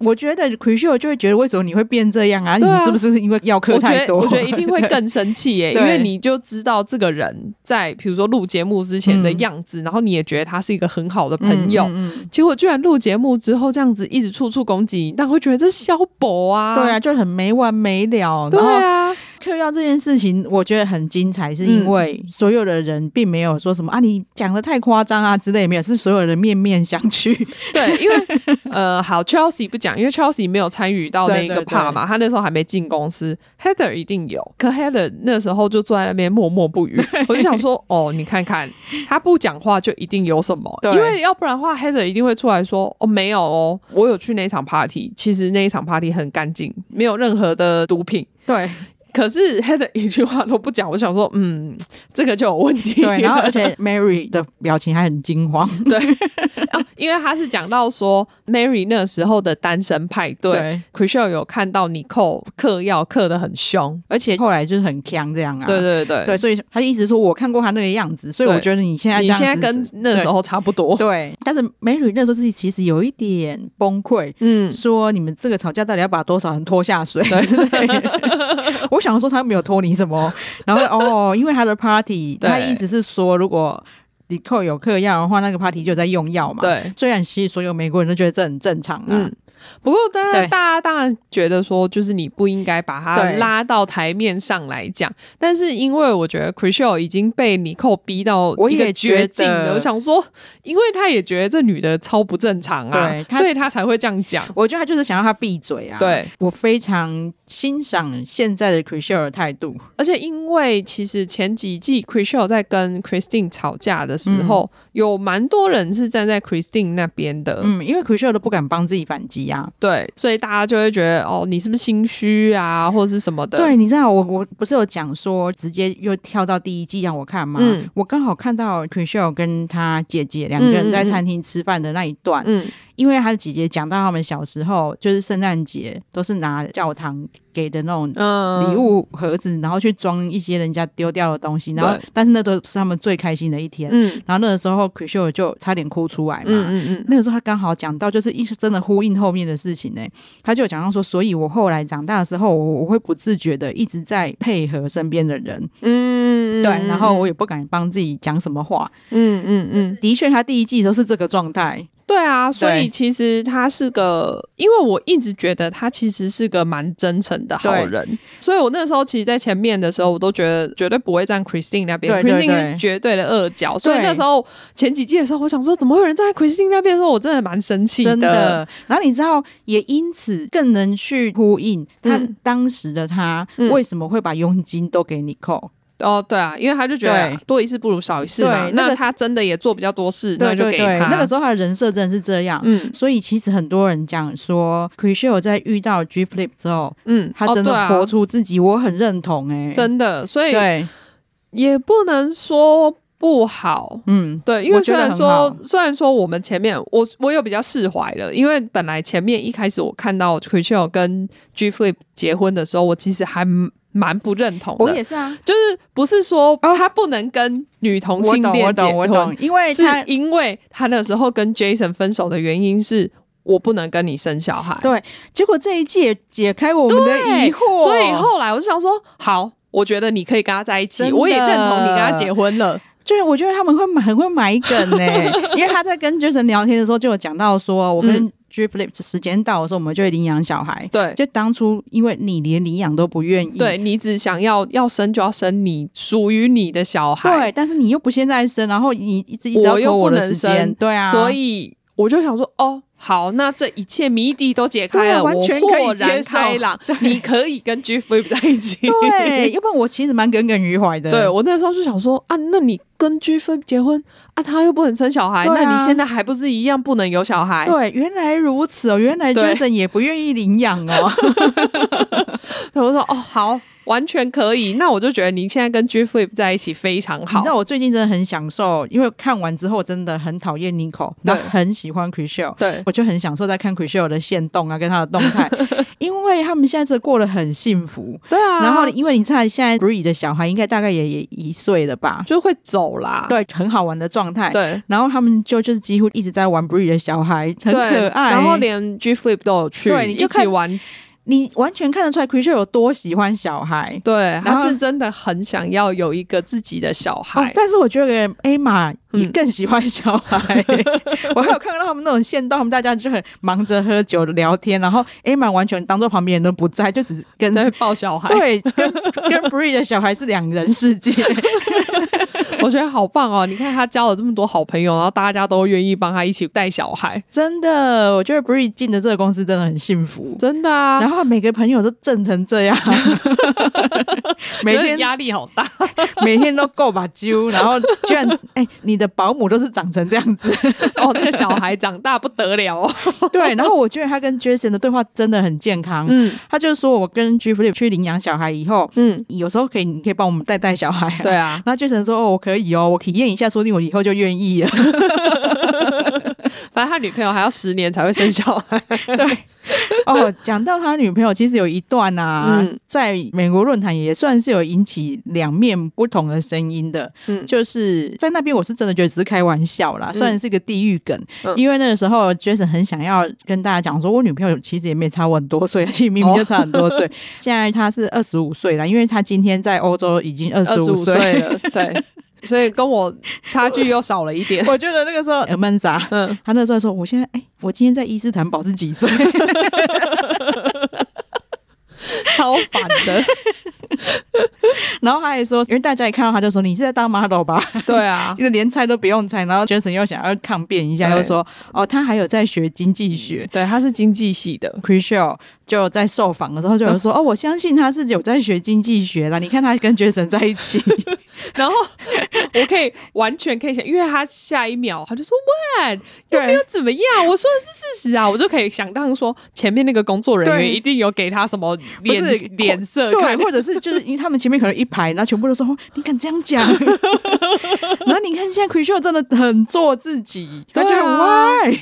[SPEAKER 3] 我觉得 c r i s h e 就会觉得为什么你会变这样啊？
[SPEAKER 2] 对啊
[SPEAKER 3] 你是不是因为药嗑
[SPEAKER 2] 我觉
[SPEAKER 3] 太
[SPEAKER 2] 得，
[SPEAKER 3] 多？
[SPEAKER 2] 我觉得一定会
[SPEAKER 3] 对
[SPEAKER 2] 更生气耶、
[SPEAKER 3] 对
[SPEAKER 2] 因为你就知道这个人在比如说录节目之前的
[SPEAKER 3] 嗯
[SPEAKER 2] 样子，然后你也觉得他是一个很好的朋友，
[SPEAKER 3] 嗯嗯嗯
[SPEAKER 2] 结果居然录节目之后这样子一直处处攻击你，但会觉得这是萧博啊，
[SPEAKER 3] 对啊，，就很没完没了。
[SPEAKER 2] 对
[SPEAKER 3] 然后
[SPEAKER 2] 啊，
[SPEAKER 3] 嗑药这件事情，我觉得很精彩，是
[SPEAKER 2] 嗯
[SPEAKER 3] 因为所有的人并没有说什么啊，你讲的太夸张啊之类，没有，是所有人面面相觑。
[SPEAKER 2] 对，因为呃，好，Chelsea 不讲，因为 Chelsea 没有参与到那一个
[SPEAKER 3] 对对
[SPEAKER 2] part 嘛，他那时候还没进公司。Heather 一定有，可 Heather 那时候就坐在那边默 默不语。我就想说，哦，你看看他不讲话就一定有什么，
[SPEAKER 3] 对
[SPEAKER 2] 因为要不然的话，Heather 一定会出来说，哦，没有哦，我有去那一场 party，其实那一场 party 很干净，没有任何的毒品。
[SPEAKER 3] 对
[SPEAKER 2] 可是 Heather 一句话都不讲，我想说，嗯，这个就有问题 了。
[SPEAKER 3] 对，然后而且 Mary 的表情还很惊慌。
[SPEAKER 2] 啊， 因为他是讲到说 Mary 那时候的单身派对
[SPEAKER 3] 对
[SPEAKER 2] c r i s h e 有看到你扣嗑药嗑的很凶，
[SPEAKER 3] 而且后来就是很呛这样啊。
[SPEAKER 2] 对对对
[SPEAKER 3] 对，所以他一直说我看过他那个样子，所以
[SPEAKER 2] 对
[SPEAKER 3] 我觉得你现在这
[SPEAKER 2] 你
[SPEAKER 3] 样
[SPEAKER 2] 现
[SPEAKER 3] 子
[SPEAKER 2] 在跟
[SPEAKER 3] 是
[SPEAKER 2] 那时候差不多，
[SPEAKER 3] 对，但是美女那时候自己其实有一点崩溃，
[SPEAKER 2] 嗯，
[SPEAKER 3] 说你们这个吵架到底要把多少人拖下水之类 的我想说他没有拖你什么，然后哦，因为他的 party，
[SPEAKER 2] 对
[SPEAKER 3] 他意思是说如果你扣有嗑药的话，那个 party 就在用药嘛。，
[SPEAKER 2] 对，
[SPEAKER 3] 虽然其实所有美国人都觉得这很正常啊。
[SPEAKER 2] 嗯。不过，当然，
[SPEAKER 3] 对
[SPEAKER 2] 大家当然觉得说，就是你不应该把它
[SPEAKER 3] 对
[SPEAKER 2] 拉到台面上来讲。但是，因为我觉得 c r i s h e 已经被尼寇逼到
[SPEAKER 3] 我
[SPEAKER 2] 一个
[SPEAKER 3] 也
[SPEAKER 2] 绝
[SPEAKER 3] 觉
[SPEAKER 2] 境了，
[SPEAKER 3] 得
[SPEAKER 2] 我想说，因为他也觉得这女的超不正常啊
[SPEAKER 3] 对，啊他
[SPEAKER 2] 所以他才会这样讲。
[SPEAKER 3] 我觉得他就是想要他闭嘴啊！
[SPEAKER 2] 对，
[SPEAKER 3] 我非常欣赏现在的 c r i s h e 的态度。
[SPEAKER 2] 而且因为其实前几季 c h r i s h e 在跟 Christine 吵架的时候，有蛮多人是站在 Christine 那边的，
[SPEAKER 3] 嗯，因为 c r i s h e 都不敢帮自己反击啊。
[SPEAKER 2] 对，所以大家就会觉得哦，你是不是心虚啊，或者是什么的？
[SPEAKER 3] 对，你知道我我不是有讲说直接又跳到第一季让我看吗？
[SPEAKER 2] 嗯
[SPEAKER 3] 我刚好看到 c r i s h e 跟她姐姐两个
[SPEAKER 2] 嗯嗯
[SPEAKER 3] 人在
[SPEAKER 2] 嗯
[SPEAKER 3] 餐厅吃饭的那一段，
[SPEAKER 2] 嗯，
[SPEAKER 3] 因为他的姐姐讲到他们小时候，就是圣诞节都是拿教堂给的那种
[SPEAKER 2] 嗯
[SPEAKER 3] 礼物盒子，然后去装一些人家丢掉的东西，然后
[SPEAKER 2] 对
[SPEAKER 3] 但是那都是他们最开心的一天。
[SPEAKER 2] 嗯
[SPEAKER 3] 然后那个时候，奎秀就差点哭出来嘛。
[SPEAKER 2] 嗯嗯
[SPEAKER 3] 那个时候他刚好讲到，就是一真的呼应后面的事情呢、他就有讲到说，所以我后来长大的时候，我我会不自觉的一直在配合身边的人，
[SPEAKER 2] 嗯，
[SPEAKER 3] 对，然后我也不敢帮自己讲什么话。
[SPEAKER 2] 嗯嗯嗯，
[SPEAKER 3] 的确，他第一季都是这个状态，
[SPEAKER 2] 对啊，所以
[SPEAKER 3] 对
[SPEAKER 2] 其实他是个，因为我一直觉得他其实是个蛮真诚的好
[SPEAKER 3] 对
[SPEAKER 2] 人，所以我那时候其实，在前面的时候，我都觉得绝对不会站 Christine 那边
[SPEAKER 3] 对对
[SPEAKER 2] ，Christine
[SPEAKER 3] 对
[SPEAKER 2] 是绝对的恶角，所以
[SPEAKER 3] 对
[SPEAKER 2] 那时候前几季的时候，我想说，怎么会有人站在 Christine 那边的时候，我真的蛮生气
[SPEAKER 3] 真。然后你知道，也因此更能去呼应他
[SPEAKER 2] 嗯
[SPEAKER 3] 当时的他、
[SPEAKER 2] 嗯
[SPEAKER 3] 为什么会把佣金都给 Nicole。
[SPEAKER 2] 哦，对啊，因为他就觉得
[SPEAKER 3] 对
[SPEAKER 2] 多一事不如少一事嘛，
[SPEAKER 3] 对那
[SPEAKER 2] 那
[SPEAKER 3] 个
[SPEAKER 2] 他真的也做比较多事，那
[SPEAKER 3] 对
[SPEAKER 2] 就
[SPEAKER 3] 对
[SPEAKER 2] 给
[SPEAKER 3] 对，
[SPEAKER 2] 他。
[SPEAKER 3] 那个时候他的人设真的是这样。
[SPEAKER 2] 嗯
[SPEAKER 3] 所以其实很多人讲说 c r i s h e 在遇到 G Flip 之后，
[SPEAKER 2] 嗯，
[SPEAKER 3] 他真
[SPEAKER 2] 哦对
[SPEAKER 3] 的
[SPEAKER 2] 啊
[SPEAKER 3] 活出自己，我很认同哎、
[SPEAKER 2] 真的，所以
[SPEAKER 3] 对，
[SPEAKER 2] 也不能说不好。
[SPEAKER 3] 嗯，
[SPEAKER 2] 对，因为
[SPEAKER 3] 我觉
[SPEAKER 2] 虽
[SPEAKER 3] 得
[SPEAKER 2] 然
[SPEAKER 3] 很
[SPEAKER 2] 说
[SPEAKER 3] 好，
[SPEAKER 2] 虽然说我们前面我我有比较释怀了，因为本来前面一开始我看到 c r i s t i a 跟 G Flip 结婚的时候，我其实还蛮蛮不认同
[SPEAKER 3] 我
[SPEAKER 2] 的
[SPEAKER 3] 也，是啊，
[SPEAKER 2] 就是不是说他不能跟女同
[SPEAKER 3] 我
[SPEAKER 2] 性
[SPEAKER 3] 懂，我
[SPEAKER 2] 恋结
[SPEAKER 3] 懂，我
[SPEAKER 2] 婚
[SPEAKER 3] 懂，，因为
[SPEAKER 2] 是
[SPEAKER 3] 他
[SPEAKER 2] 因为他那时候跟 Jason 分手的原因是我不能跟你生小孩，
[SPEAKER 3] 对结果这一届解开我们的
[SPEAKER 2] 对
[SPEAKER 3] 疑惑，
[SPEAKER 2] 所以后来我就想说，好，我觉得你可以跟他在一起，
[SPEAKER 3] 哦真的
[SPEAKER 2] 我也认同你跟他结婚了。
[SPEAKER 3] 就是我觉得他们会买很会埋梗呢、 因为他在跟 Jason 聊天的时候就有讲到说，我跟 G Flip 时间到的时候，我们就会领养小孩。
[SPEAKER 2] 嗯对
[SPEAKER 3] 就当初因为你连领养都不愿意，
[SPEAKER 2] 对你只想要要生就要生你属于你的小孩
[SPEAKER 3] 对，，但是你又不现在生，然后你一直一直要
[SPEAKER 2] 我又
[SPEAKER 3] 拖
[SPEAKER 2] 不
[SPEAKER 3] 的
[SPEAKER 2] 能
[SPEAKER 3] 时
[SPEAKER 2] 生
[SPEAKER 3] 间，，对啊，
[SPEAKER 2] 所以我就想说，哦，好，那这一切谜底都解
[SPEAKER 3] 对
[SPEAKER 2] 开
[SPEAKER 3] 啊
[SPEAKER 2] 了，
[SPEAKER 3] 完全
[SPEAKER 2] 我
[SPEAKER 3] 可以
[SPEAKER 2] 豁然
[SPEAKER 3] 接受
[SPEAKER 2] 开朗，你可以跟 G Flip 在一起。
[SPEAKER 3] 对，要不然我其实蛮耿耿于怀的。
[SPEAKER 2] 对我那时候就想说啊，那你跟 G Flip 结婚啊，他又不能生小孩，
[SPEAKER 3] 对啊
[SPEAKER 2] 那你现在还不是一样不能有小孩？
[SPEAKER 3] 对，原来如此哦，原来
[SPEAKER 2] 对
[SPEAKER 3] Jason 也不愿意领养 哦。
[SPEAKER 2] 对，我说哦，好，完全可以。那我就觉得你现在跟 G Flip 在一起非常
[SPEAKER 3] 你
[SPEAKER 2] 好
[SPEAKER 3] 知。道我最近真的很享受，因为看完之后真的很讨厌 Nico，那
[SPEAKER 2] 对
[SPEAKER 3] 很喜欢 c r i s h e
[SPEAKER 2] 对
[SPEAKER 3] 我就很享受在看 c r i s h e 的线动啊，跟他的动 态，因为他们现在真的过得很幸福。
[SPEAKER 2] 对啊，
[SPEAKER 3] 然后因为你看现在 Bree 的小孩应该大概也也一岁了吧？
[SPEAKER 2] 就会走啦。
[SPEAKER 3] 对，很好玩的状态。
[SPEAKER 2] 啊对
[SPEAKER 3] 然后他们就就是几乎一直在玩 Bree 的小孩，很
[SPEAKER 2] 对，
[SPEAKER 3] 可爱。
[SPEAKER 2] 然后连 G Flip 都有去，
[SPEAKER 3] 对你就
[SPEAKER 2] 一起
[SPEAKER 3] 看
[SPEAKER 2] 玩。
[SPEAKER 3] 你完全看得出来 c r i s h e 有多喜欢小孩。
[SPEAKER 2] 对，
[SPEAKER 3] 然
[SPEAKER 2] 他
[SPEAKER 3] 后
[SPEAKER 2] 是真的很想要有一个自己的小
[SPEAKER 3] 哦
[SPEAKER 2] 孩。，
[SPEAKER 3] 但是我觉得 A 玛也
[SPEAKER 2] 嗯
[SPEAKER 3] 更喜欢小 孩、我还有看到他们那种线到他们大家就很忙着喝酒聊天，然后 A 玛完全当做旁边人都不在，就只是跟
[SPEAKER 2] 在抱小孩，
[SPEAKER 3] 对跟 跟 Bree 的小孩是两人世界。
[SPEAKER 2] 我觉得好棒哦！你看他交了这么多好朋友，然后大家都愿意帮他一起带小孩，
[SPEAKER 3] 真的，我觉得 Bree 进的这个公司真的很幸福。
[SPEAKER 2] 真的啊。
[SPEAKER 3] 然后每个朋友都正成这 样，每
[SPEAKER 2] 有点
[SPEAKER 3] 天
[SPEAKER 2] 压力好大，
[SPEAKER 3] 每天都够把揪，然后居 然哎、你的保姆都是长成这样 子，
[SPEAKER 2] 哦，那个小孩长大不得了哦。
[SPEAKER 3] 对。然后我觉得他跟 Jason 的对话真的很健康，
[SPEAKER 2] 嗯
[SPEAKER 3] 他就说我跟 G Flip 去领养小孩以后，
[SPEAKER 2] 嗯，
[SPEAKER 3] 有时候可以，你可以帮我们带带小孩、啊。
[SPEAKER 2] 对。啊，
[SPEAKER 3] 然后 Jason 说：“哦，我可以哦，我体验一下，说不定我以后就愿意了。
[SPEAKER 2] 反正他女朋友还要十年才会生小孩。”
[SPEAKER 3] 对，哦，讲到他女朋友，其实有一段啊，
[SPEAKER 2] 嗯
[SPEAKER 3] 在美国论坛也算是有引起两面不同的声音的。
[SPEAKER 2] 嗯
[SPEAKER 3] 就是在那边，我是真的觉得只是开玩笑啦，
[SPEAKER 2] 嗯
[SPEAKER 3] 虽然是个地狱梗，
[SPEAKER 2] 嗯
[SPEAKER 3] 因为那个时候 Jason 很想要跟大家讲说，我女朋友其实也没差我很多岁，其实明明就差很多岁， 现在她是二十五岁啦，因为她今天在欧洲已经二
[SPEAKER 2] 二
[SPEAKER 3] 十
[SPEAKER 2] 十
[SPEAKER 3] 五
[SPEAKER 2] 五岁
[SPEAKER 3] 岁。。
[SPEAKER 2] 了， 对，所以跟我差距又少了一点
[SPEAKER 3] 我觉得那个时候 Amanda，
[SPEAKER 2] 嗯，
[SPEAKER 3] 她那时候说，我现在哎、我今天在伊斯坦堡是几岁？
[SPEAKER 2] 超烦的。
[SPEAKER 3] 然后她还说，因为大家一看到她就说，你是在当 model 吧？
[SPEAKER 2] 对啊，
[SPEAKER 3] 因为连猜都不用猜，然后 Jason 又想要抗辩一下，
[SPEAKER 2] 对
[SPEAKER 3] 又说哦，他还有在学经济学。
[SPEAKER 2] 对，他是经济系的。
[SPEAKER 3] c r i s h e 就在受访的时候就有说、哦，我相信他是有在学经济学啦。你看他跟 Jason 在一起，
[SPEAKER 2] 然后我可以完全可以想，因为他下一秒他就说 “What 又
[SPEAKER 3] 对
[SPEAKER 2] 没有怎么样”，我说的是事实啊，我就可以想当说前面那个工作人员
[SPEAKER 3] 对
[SPEAKER 2] 一定有给他什么脸
[SPEAKER 3] 不是
[SPEAKER 2] 脸色
[SPEAKER 3] 对，
[SPEAKER 2] 看。
[SPEAKER 3] 或者是就是因为他们前面可能一排，然后全部都说哦你敢这样讲，然后你看现现在 c r i s h e l 真的很做自己，
[SPEAKER 2] 对
[SPEAKER 3] 他就
[SPEAKER 2] 啊
[SPEAKER 3] Why？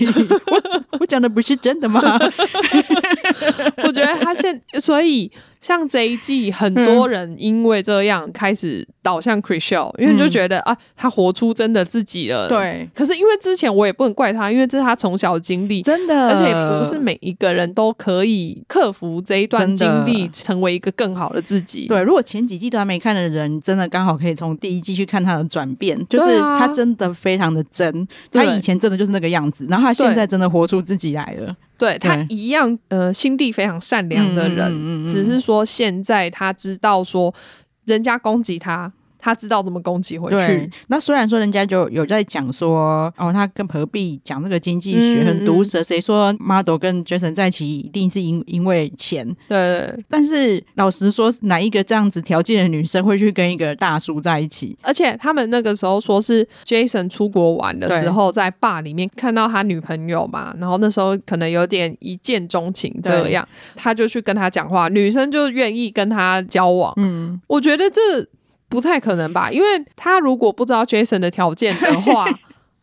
[SPEAKER 3] 我 我讲的不是真的吗？
[SPEAKER 2] 我觉得他现，所以像这一季，很多人因为这样开始导向 c r i s h e l 因为你就觉得、啊，他活出真的自己
[SPEAKER 3] 嗯
[SPEAKER 2] 了。，
[SPEAKER 3] 对，
[SPEAKER 2] 可是因为之前我也不能怪他，因为这是他从小的经历。
[SPEAKER 3] 真的，
[SPEAKER 2] 而且不是每一个人都可以克服这一段
[SPEAKER 3] 呃真
[SPEAKER 2] 经
[SPEAKER 3] 的
[SPEAKER 2] 历，成为一个更好的自己。
[SPEAKER 3] 对，如果前几季都还没看的人，真的刚好可以从第一季去看他的转变，就是
[SPEAKER 2] 对啊
[SPEAKER 3] 他真的非常的真，他
[SPEAKER 2] 对
[SPEAKER 3] 以前真的就是那个样子，然后他现在真的活出自己来了。
[SPEAKER 2] 对他
[SPEAKER 3] 对
[SPEAKER 2] 一样，呃，心地非常善良的人，
[SPEAKER 3] 嗯嗯嗯嗯
[SPEAKER 2] 只是说现在他知道说人家攻击他，他知道怎么攻击回
[SPEAKER 3] 对
[SPEAKER 2] 去。，
[SPEAKER 3] 那虽然说人家就有在讲说，哦，他跟何必讲这个经济学很
[SPEAKER 2] 嗯
[SPEAKER 3] 毒舌，谁说 model 跟 Jason 在一起一定是因因为钱？
[SPEAKER 2] 对对，
[SPEAKER 3] 但是老实说，哪一个这样子条件的女生会去跟一个大叔在一起？
[SPEAKER 2] 而且他们那个时候说是 Jason 出国玩的时候，在坝里面看到他女朋友嘛，然后那时候可能有点一见钟情这样，他就去跟他讲话，女生就愿意跟他交往。
[SPEAKER 3] 嗯，
[SPEAKER 2] 我觉得这不太可能吧，因为他如果不知道 Jason 的条件的 话，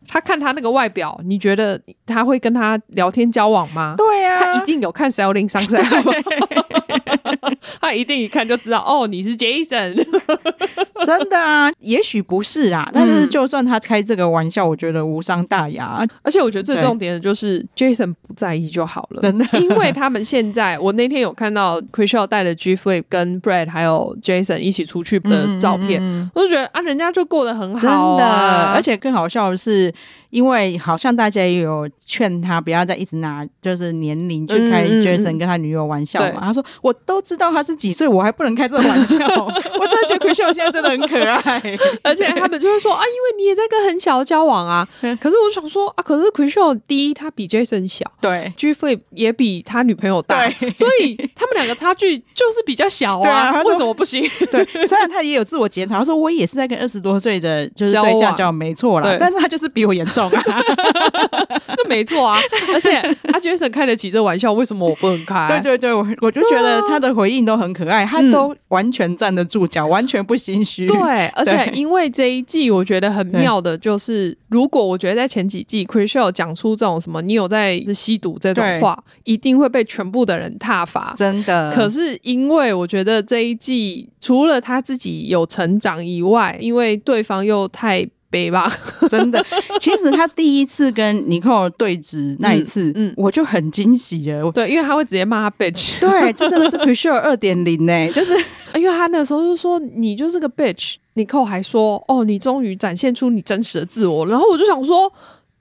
[SPEAKER 2] 他看他那个外表，你觉得他会跟他聊天交往吗？
[SPEAKER 3] 对啊
[SPEAKER 2] 他一定有看 Selling 上 s 他一定一看就知道哦，你是 Jason。
[SPEAKER 3] 真的啊，也许不是啦，但
[SPEAKER 2] 嗯
[SPEAKER 3] 是就算他开这个玩笑，我觉得无伤大雅，
[SPEAKER 2] 而且我觉得最
[SPEAKER 3] 对
[SPEAKER 2] 重点的就是 Jason 不在意就好了，
[SPEAKER 3] 真的
[SPEAKER 2] 因为他们现在，我那天有看到 c r i s h e l 带着 G Flip 跟 Brad 还有 Jason 一起出去的照片，
[SPEAKER 3] 嗯
[SPEAKER 2] 我就觉得啊，人家就过得很
[SPEAKER 3] 真
[SPEAKER 2] 好、
[SPEAKER 3] 的
[SPEAKER 2] 啊，，
[SPEAKER 3] 而且更好笑的是，因为好像大家也有劝他不要再一直拿就是年龄去开
[SPEAKER 2] 嗯嗯嗯
[SPEAKER 3] Jason 跟他女友玩笑
[SPEAKER 2] 对
[SPEAKER 3] 嘛。他说：“我都知道他是几岁，我还不能开这种 玩笑。”我真的觉得奎秀现在真的很可爱。
[SPEAKER 2] 而且他们就会说啊，因为你也在跟很小的交 往啊。可是我想说啊，可是 c r i s h e l 第一他比 Jason 小
[SPEAKER 3] 对
[SPEAKER 2] ，G Flip 也比他女朋友大，
[SPEAKER 3] 对
[SPEAKER 2] 所以他们两个差距就是比较小
[SPEAKER 3] 对
[SPEAKER 2] 啊，
[SPEAKER 3] 啊他说
[SPEAKER 2] 为什么不行？
[SPEAKER 3] 对，虽然他也有自我检讨，他说我也是在跟二十多岁的就是
[SPEAKER 2] 交
[SPEAKER 3] 对象
[SPEAKER 2] 往
[SPEAKER 3] 交往，没错啦
[SPEAKER 2] 对，
[SPEAKER 3] 但是他就是比我严重啊。
[SPEAKER 2] 那没错啊，而且啊 Jason 开得起这玩笑，为什么我不能开？
[SPEAKER 3] 对对对，我我就觉得他的回应都很可爱，他都完全站得住脚，完全不心虚。
[SPEAKER 2] 对，而且
[SPEAKER 3] 嗯对
[SPEAKER 2] 因为这一季我觉得很妙的就是，如果我觉得在前几季 c r i s h e l 讲出这种什么你有在吸毒这种
[SPEAKER 3] 对
[SPEAKER 2] 话，一定会被全部的人挞伐。
[SPEAKER 3] 真的。
[SPEAKER 2] 可是因为我觉得这一季除了他自己有成长以外，因为对方又太悲吧，
[SPEAKER 3] 真的，其实他第一次跟尼寇对峙那一次，
[SPEAKER 2] 嗯嗯
[SPEAKER 3] 我就很惊喜了。我
[SPEAKER 2] 对，因为他会直接骂他 bitch，
[SPEAKER 3] 对，这真的是 Pure 二点零呢， 就是
[SPEAKER 2] 因为他那时候就说你就是个 bitch，尼寇还说哦，你终于展现出你真实的自我，然后我就想说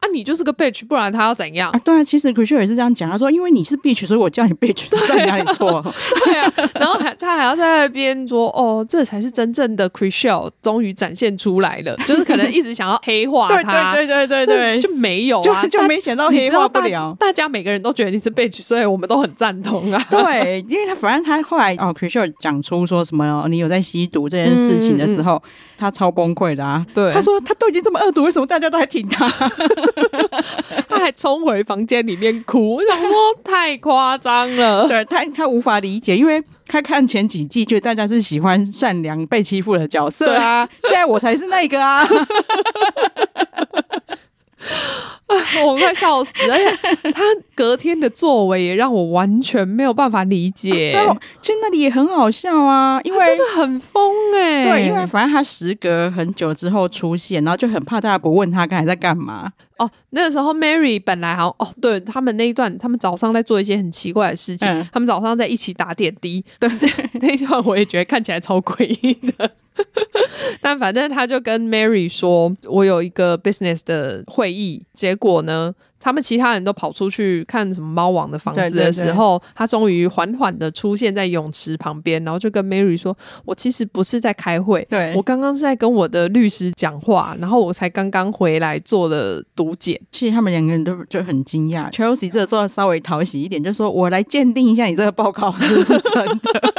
[SPEAKER 2] 啊，你就是个 bitch，不然他要怎样
[SPEAKER 3] 啊，？对啊，其实 Pure 也是这样讲，他说因为你是 bitch，所以我叫你 bitch，在哪里错？
[SPEAKER 2] 对啊，然后还他还要在那边说哦，这才是真正的 c r i s h e l 终于展现出来 了，就是可能一直想要黑化他，
[SPEAKER 3] 对对对
[SPEAKER 2] 那
[SPEAKER 3] 就
[SPEAKER 2] 就没有啊，
[SPEAKER 3] 就就
[SPEAKER 2] 大
[SPEAKER 3] 没想到
[SPEAKER 2] 你
[SPEAKER 3] 黑
[SPEAKER 2] 知道
[SPEAKER 3] 化不
[SPEAKER 2] 大
[SPEAKER 3] 了。
[SPEAKER 2] 大家每个人都觉得你是 bitch，所以我们都很赞同 啊。
[SPEAKER 3] 对，因为他反正他后来哦 c r i s h 讲出说什么哦你有在吸毒这件事情的时候，他超崩溃的啊。
[SPEAKER 2] 嗯对
[SPEAKER 3] 他说他都已经这么恶毒，为什么大家都还挺他？
[SPEAKER 2] 他还冲回房间里面哭，我想说太夸张 了。
[SPEAKER 3] 对他，他无法理解，因为他看前几季，就大家是喜欢善良被欺负的角色啊，现在我才是那个 啊，
[SPEAKER 2] 我快笑死了！而且他隔天的作为也让我完全没有办法理解，
[SPEAKER 3] 对，我去那里也很好笑啊，因
[SPEAKER 2] 他真
[SPEAKER 3] 为
[SPEAKER 2] 的。很疯哎、
[SPEAKER 3] 对，因为反正他时隔很久之后出现，然后就很怕大家不问他刚才在干嘛。
[SPEAKER 2] 哦，那个时候 Mary 本来好像哦，对他们那一段，他们早上在做一些很奇怪的事情，
[SPEAKER 3] 嗯
[SPEAKER 2] 他们早上在一起打点滴，对 那一段我也觉得看起来超诡异的。 但反正他就跟 Mary 说，我有一个 business 的会议，结果呢，他们其他人都跑出去看什么猫王的房
[SPEAKER 3] 对
[SPEAKER 2] 子
[SPEAKER 3] 对
[SPEAKER 2] 的
[SPEAKER 3] 对
[SPEAKER 2] 时候，他终于缓缓的出现在泳池旁边，然后就跟 Mary 说，我其实不是在开会，
[SPEAKER 3] 对
[SPEAKER 2] 我刚刚是在跟我的律师讲话，然后我才刚刚回来做了毒检。
[SPEAKER 3] 其实他们两个人都就很惊讶。Chelsea 这个时候稍微讨喜一点，就说：“我来鉴定一下你这个报告是不是真的。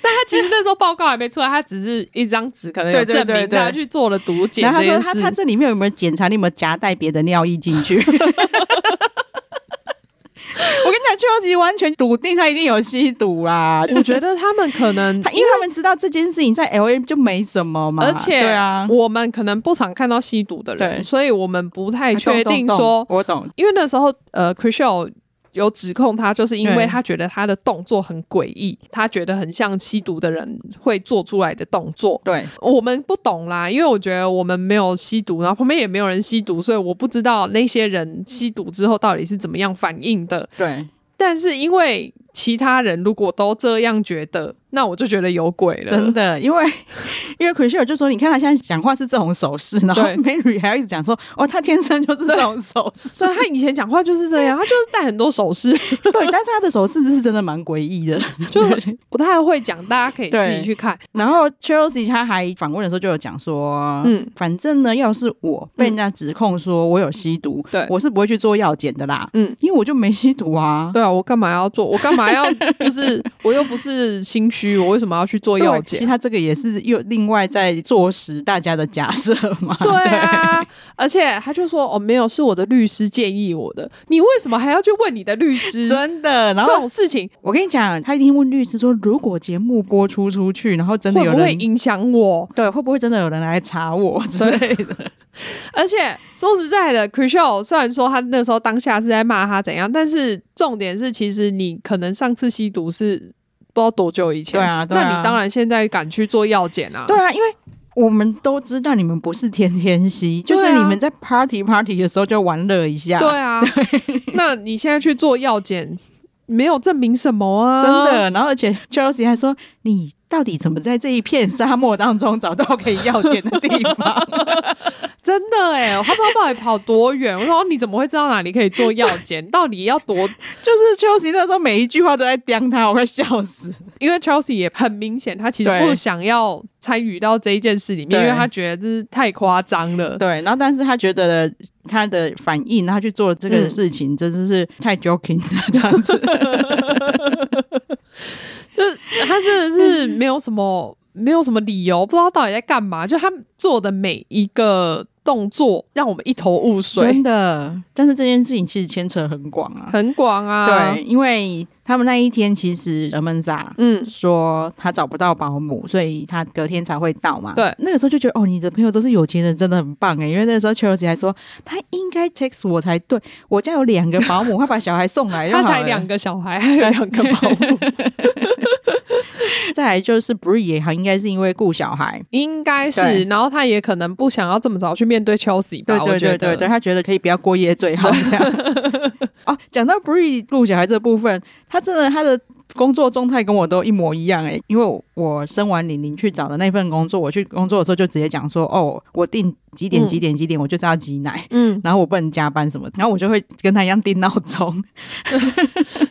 [SPEAKER 2] 但他其实那时候报告还没出来，他只是一张纸，可能有
[SPEAKER 3] 对对
[SPEAKER 2] 证明
[SPEAKER 3] 对对
[SPEAKER 2] 他去做了毒”检
[SPEAKER 3] 然后
[SPEAKER 2] 这
[SPEAKER 3] 他说
[SPEAKER 2] 件
[SPEAKER 3] 他：“
[SPEAKER 2] 事。
[SPEAKER 3] 他这里面有没有 检查你有没有夹带别的尿液进去？”我跟你讲邱吉完全笃定他一定有吸毒 啦，
[SPEAKER 2] 我觉得他们可能
[SPEAKER 3] 他因为他们知道这件事情在 L A 就没什么嘛，
[SPEAKER 2] 而且
[SPEAKER 3] 对啊，
[SPEAKER 2] 我们可能不常看到吸毒的人，
[SPEAKER 3] 对
[SPEAKER 2] 所以我们不太确定
[SPEAKER 3] 懂
[SPEAKER 2] 说，
[SPEAKER 3] 懂懂我懂，
[SPEAKER 2] 因为那时候呃 c r i s h e l 有指控他，就是因为
[SPEAKER 3] 对
[SPEAKER 2] 他觉得他的动作很诡异，他觉得很像吸毒的人会做出来的动作。
[SPEAKER 3] 对，
[SPEAKER 2] 我们不懂啦，因为我觉得我们没有吸毒，然后旁边也没有人吸毒，所以我不知道那些人吸毒之后到底是怎么样反应的。
[SPEAKER 3] 对，
[SPEAKER 2] 但是因为其他人如果都这样觉得，那我就觉得有鬼了。
[SPEAKER 3] 真的，因为 因为 c h r i s t e l 就说，你看他现在讲话是这种手势，然后
[SPEAKER 2] 对
[SPEAKER 3] Mary 还一直讲说，哦，他天生就是这种手势，
[SPEAKER 2] 所以他以前讲话就是这样，他就是戴很多首饰，
[SPEAKER 3] 对，但是他的手势是真的蛮诡异 的。
[SPEAKER 2] 就不太会讲，大家可以自己
[SPEAKER 3] 对
[SPEAKER 2] 去看。
[SPEAKER 3] 然后 Chelsea 他还访问的时候就有讲说，
[SPEAKER 2] 嗯
[SPEAKER 3] 嗯，反正呢，要是我被人家指控说我有吸毒，
[SPEAKER 2] 嗯对
[SPEAKER 3] 我是不会去做药检的啦，
[SPEAKER 2] 嗯
[SPEAKER 3] 嗯，因为我就没吸毒啊。
[SPEAKER 2] 对啊，我干嘛要做？我干嘛要就是我又不是心虚，我为什么要去做
[SPEAKER 3] 对
[SPEAKER 2] 药
[SPEAKER 3] 其实
[SPEAKER 2] 检？
[SPEAKER 3] 他这个也是又另外在坐实大家的假设嘛。
[SPEAKER 2] 对啊，而且他就说哦，没有，是我的律师建议我的。你为什么还要去问你的律师？
[SPEAKER 3] 真的。然
[SPEAKER 2] 这
[SPEAKER 3] 后
[SPEAKER 2] 种事情
[SPEAKER 3] 我跟你讲，他一定问律师说，如果节目播出出去，然后真的
[SPEAKER 2] 会
[SPEAKER 3] 有
[SPEAKER 2] 不会
[SPEAKER 3] 人
[SPEAKER 2] 影响我？
[SPEAKER 3] 对，会不会真的有人来查我 之类的？
[SPEAKER 2] 而且说实在的 c r i s h e l 虽然说他那时候当下是在骂他怎样，但是重点是，其实你可能上次吸毒是不知道多久以前，
[SPEAKER 3] 对啊对
[SPEAKER 2] 那
[SPEAKER 3] 啊
[SPEAKER 2] 你当然现在敢去做药检啊？
[SPEAKER 3] 对啊，因为我们都知道你们不是天天吸，就
[SPEAKER 2] 对
[SPEAKER 3] 是
[SPEAKER 2] 啊
[SPEAKER 3] 你们在 party party 的时候就玩乐一下。
[SPEAKER 2] 对啊， 那你现在去做药检，没有证明什么啊？
[SPEAKER 3] 真的，然后而且 Chelsea 还说：“你到底怎么在这一片沙漠当中找到可以药检的地方
[SPEAKER 2] 真的哎、他不知道到底跑多远。 我说你怎么会知道哪里可以做药检？到底要多？？”
[SPEAKER 3] 就是 Chelsea 那时候每一句话都在刁他，我快笑死。
[SPEAKER 2] 因为 Chelsea 也很明显，他其实
[SPEAKER 3] 对
[SPEAKER 2] 不想要参与到这一件事里面，
[SPEAKER 3] 对
[SPEAKER 2] 因为他觉得这是太夸张了。
[SPEAKER 3] 对，然后但是他觉得他的反应，他去做这
[SPEAKER 2] 嗯
[SPEAKER 3] 个事情，真的是太 joking 了，这样 子。
[SPEAKER 2] 就是他真的是没有什么。没有什么理由，不知道到底在干嘛。就他做的每一个动作，让我们一头雾水
[SPEAKER 3] 真，的， 但是这件事情其实牵扯很广啊。
[SPEAKER 2] 很广啊。
[SPEAKER 3] 对，，因为他们那一天其实 a m a n
[SPEAKER 2] 嗯，
[SPEAKER 3] 说他找不到保姆，所以他隔天才会到嘛。
[SPEAKER 2] 对
[SPEAKER 3] 那个时候就觉得哦，你的朋友都是有钱人，真的很棒哎。因为那时候 Chelsea 还说他应该 text 我才对，我家有两个保姆，快把小孩送来就
[SPEAKER 2] 他
[SPEAKER 3] 好了。
[SPEAKER 2] 才两个小孩，还有两个保姆，
[SPEAKER 3] 再来就是 Bree 也好，应该是因为顾小孩。
[SPEAKER 2] 应该是
[SPEAKER 3] 对。
[SPEAKER 2] 然后他也可能不想要这么早去面对 Chelsea 吧，
[SPEAKER 3] 对对对
[SPEAKER 2] 我觉得
[SPEAKER 3] 对对，他觉得可以不要过夜最好这样。 哦，讲到 Bree 顾小孩这部分，他真的他的工作状态跟我都一模一样哎、因为我我生完玲玲去找的那份工作，我去工作的时候就直接讲说，哦，我定几点几点几点，我就是要挤奶。
[SPEAKER 2] 嗯，
[SPEAKER 3] 然后我不能加班什么的，然后我就会跟他一样定闹钟，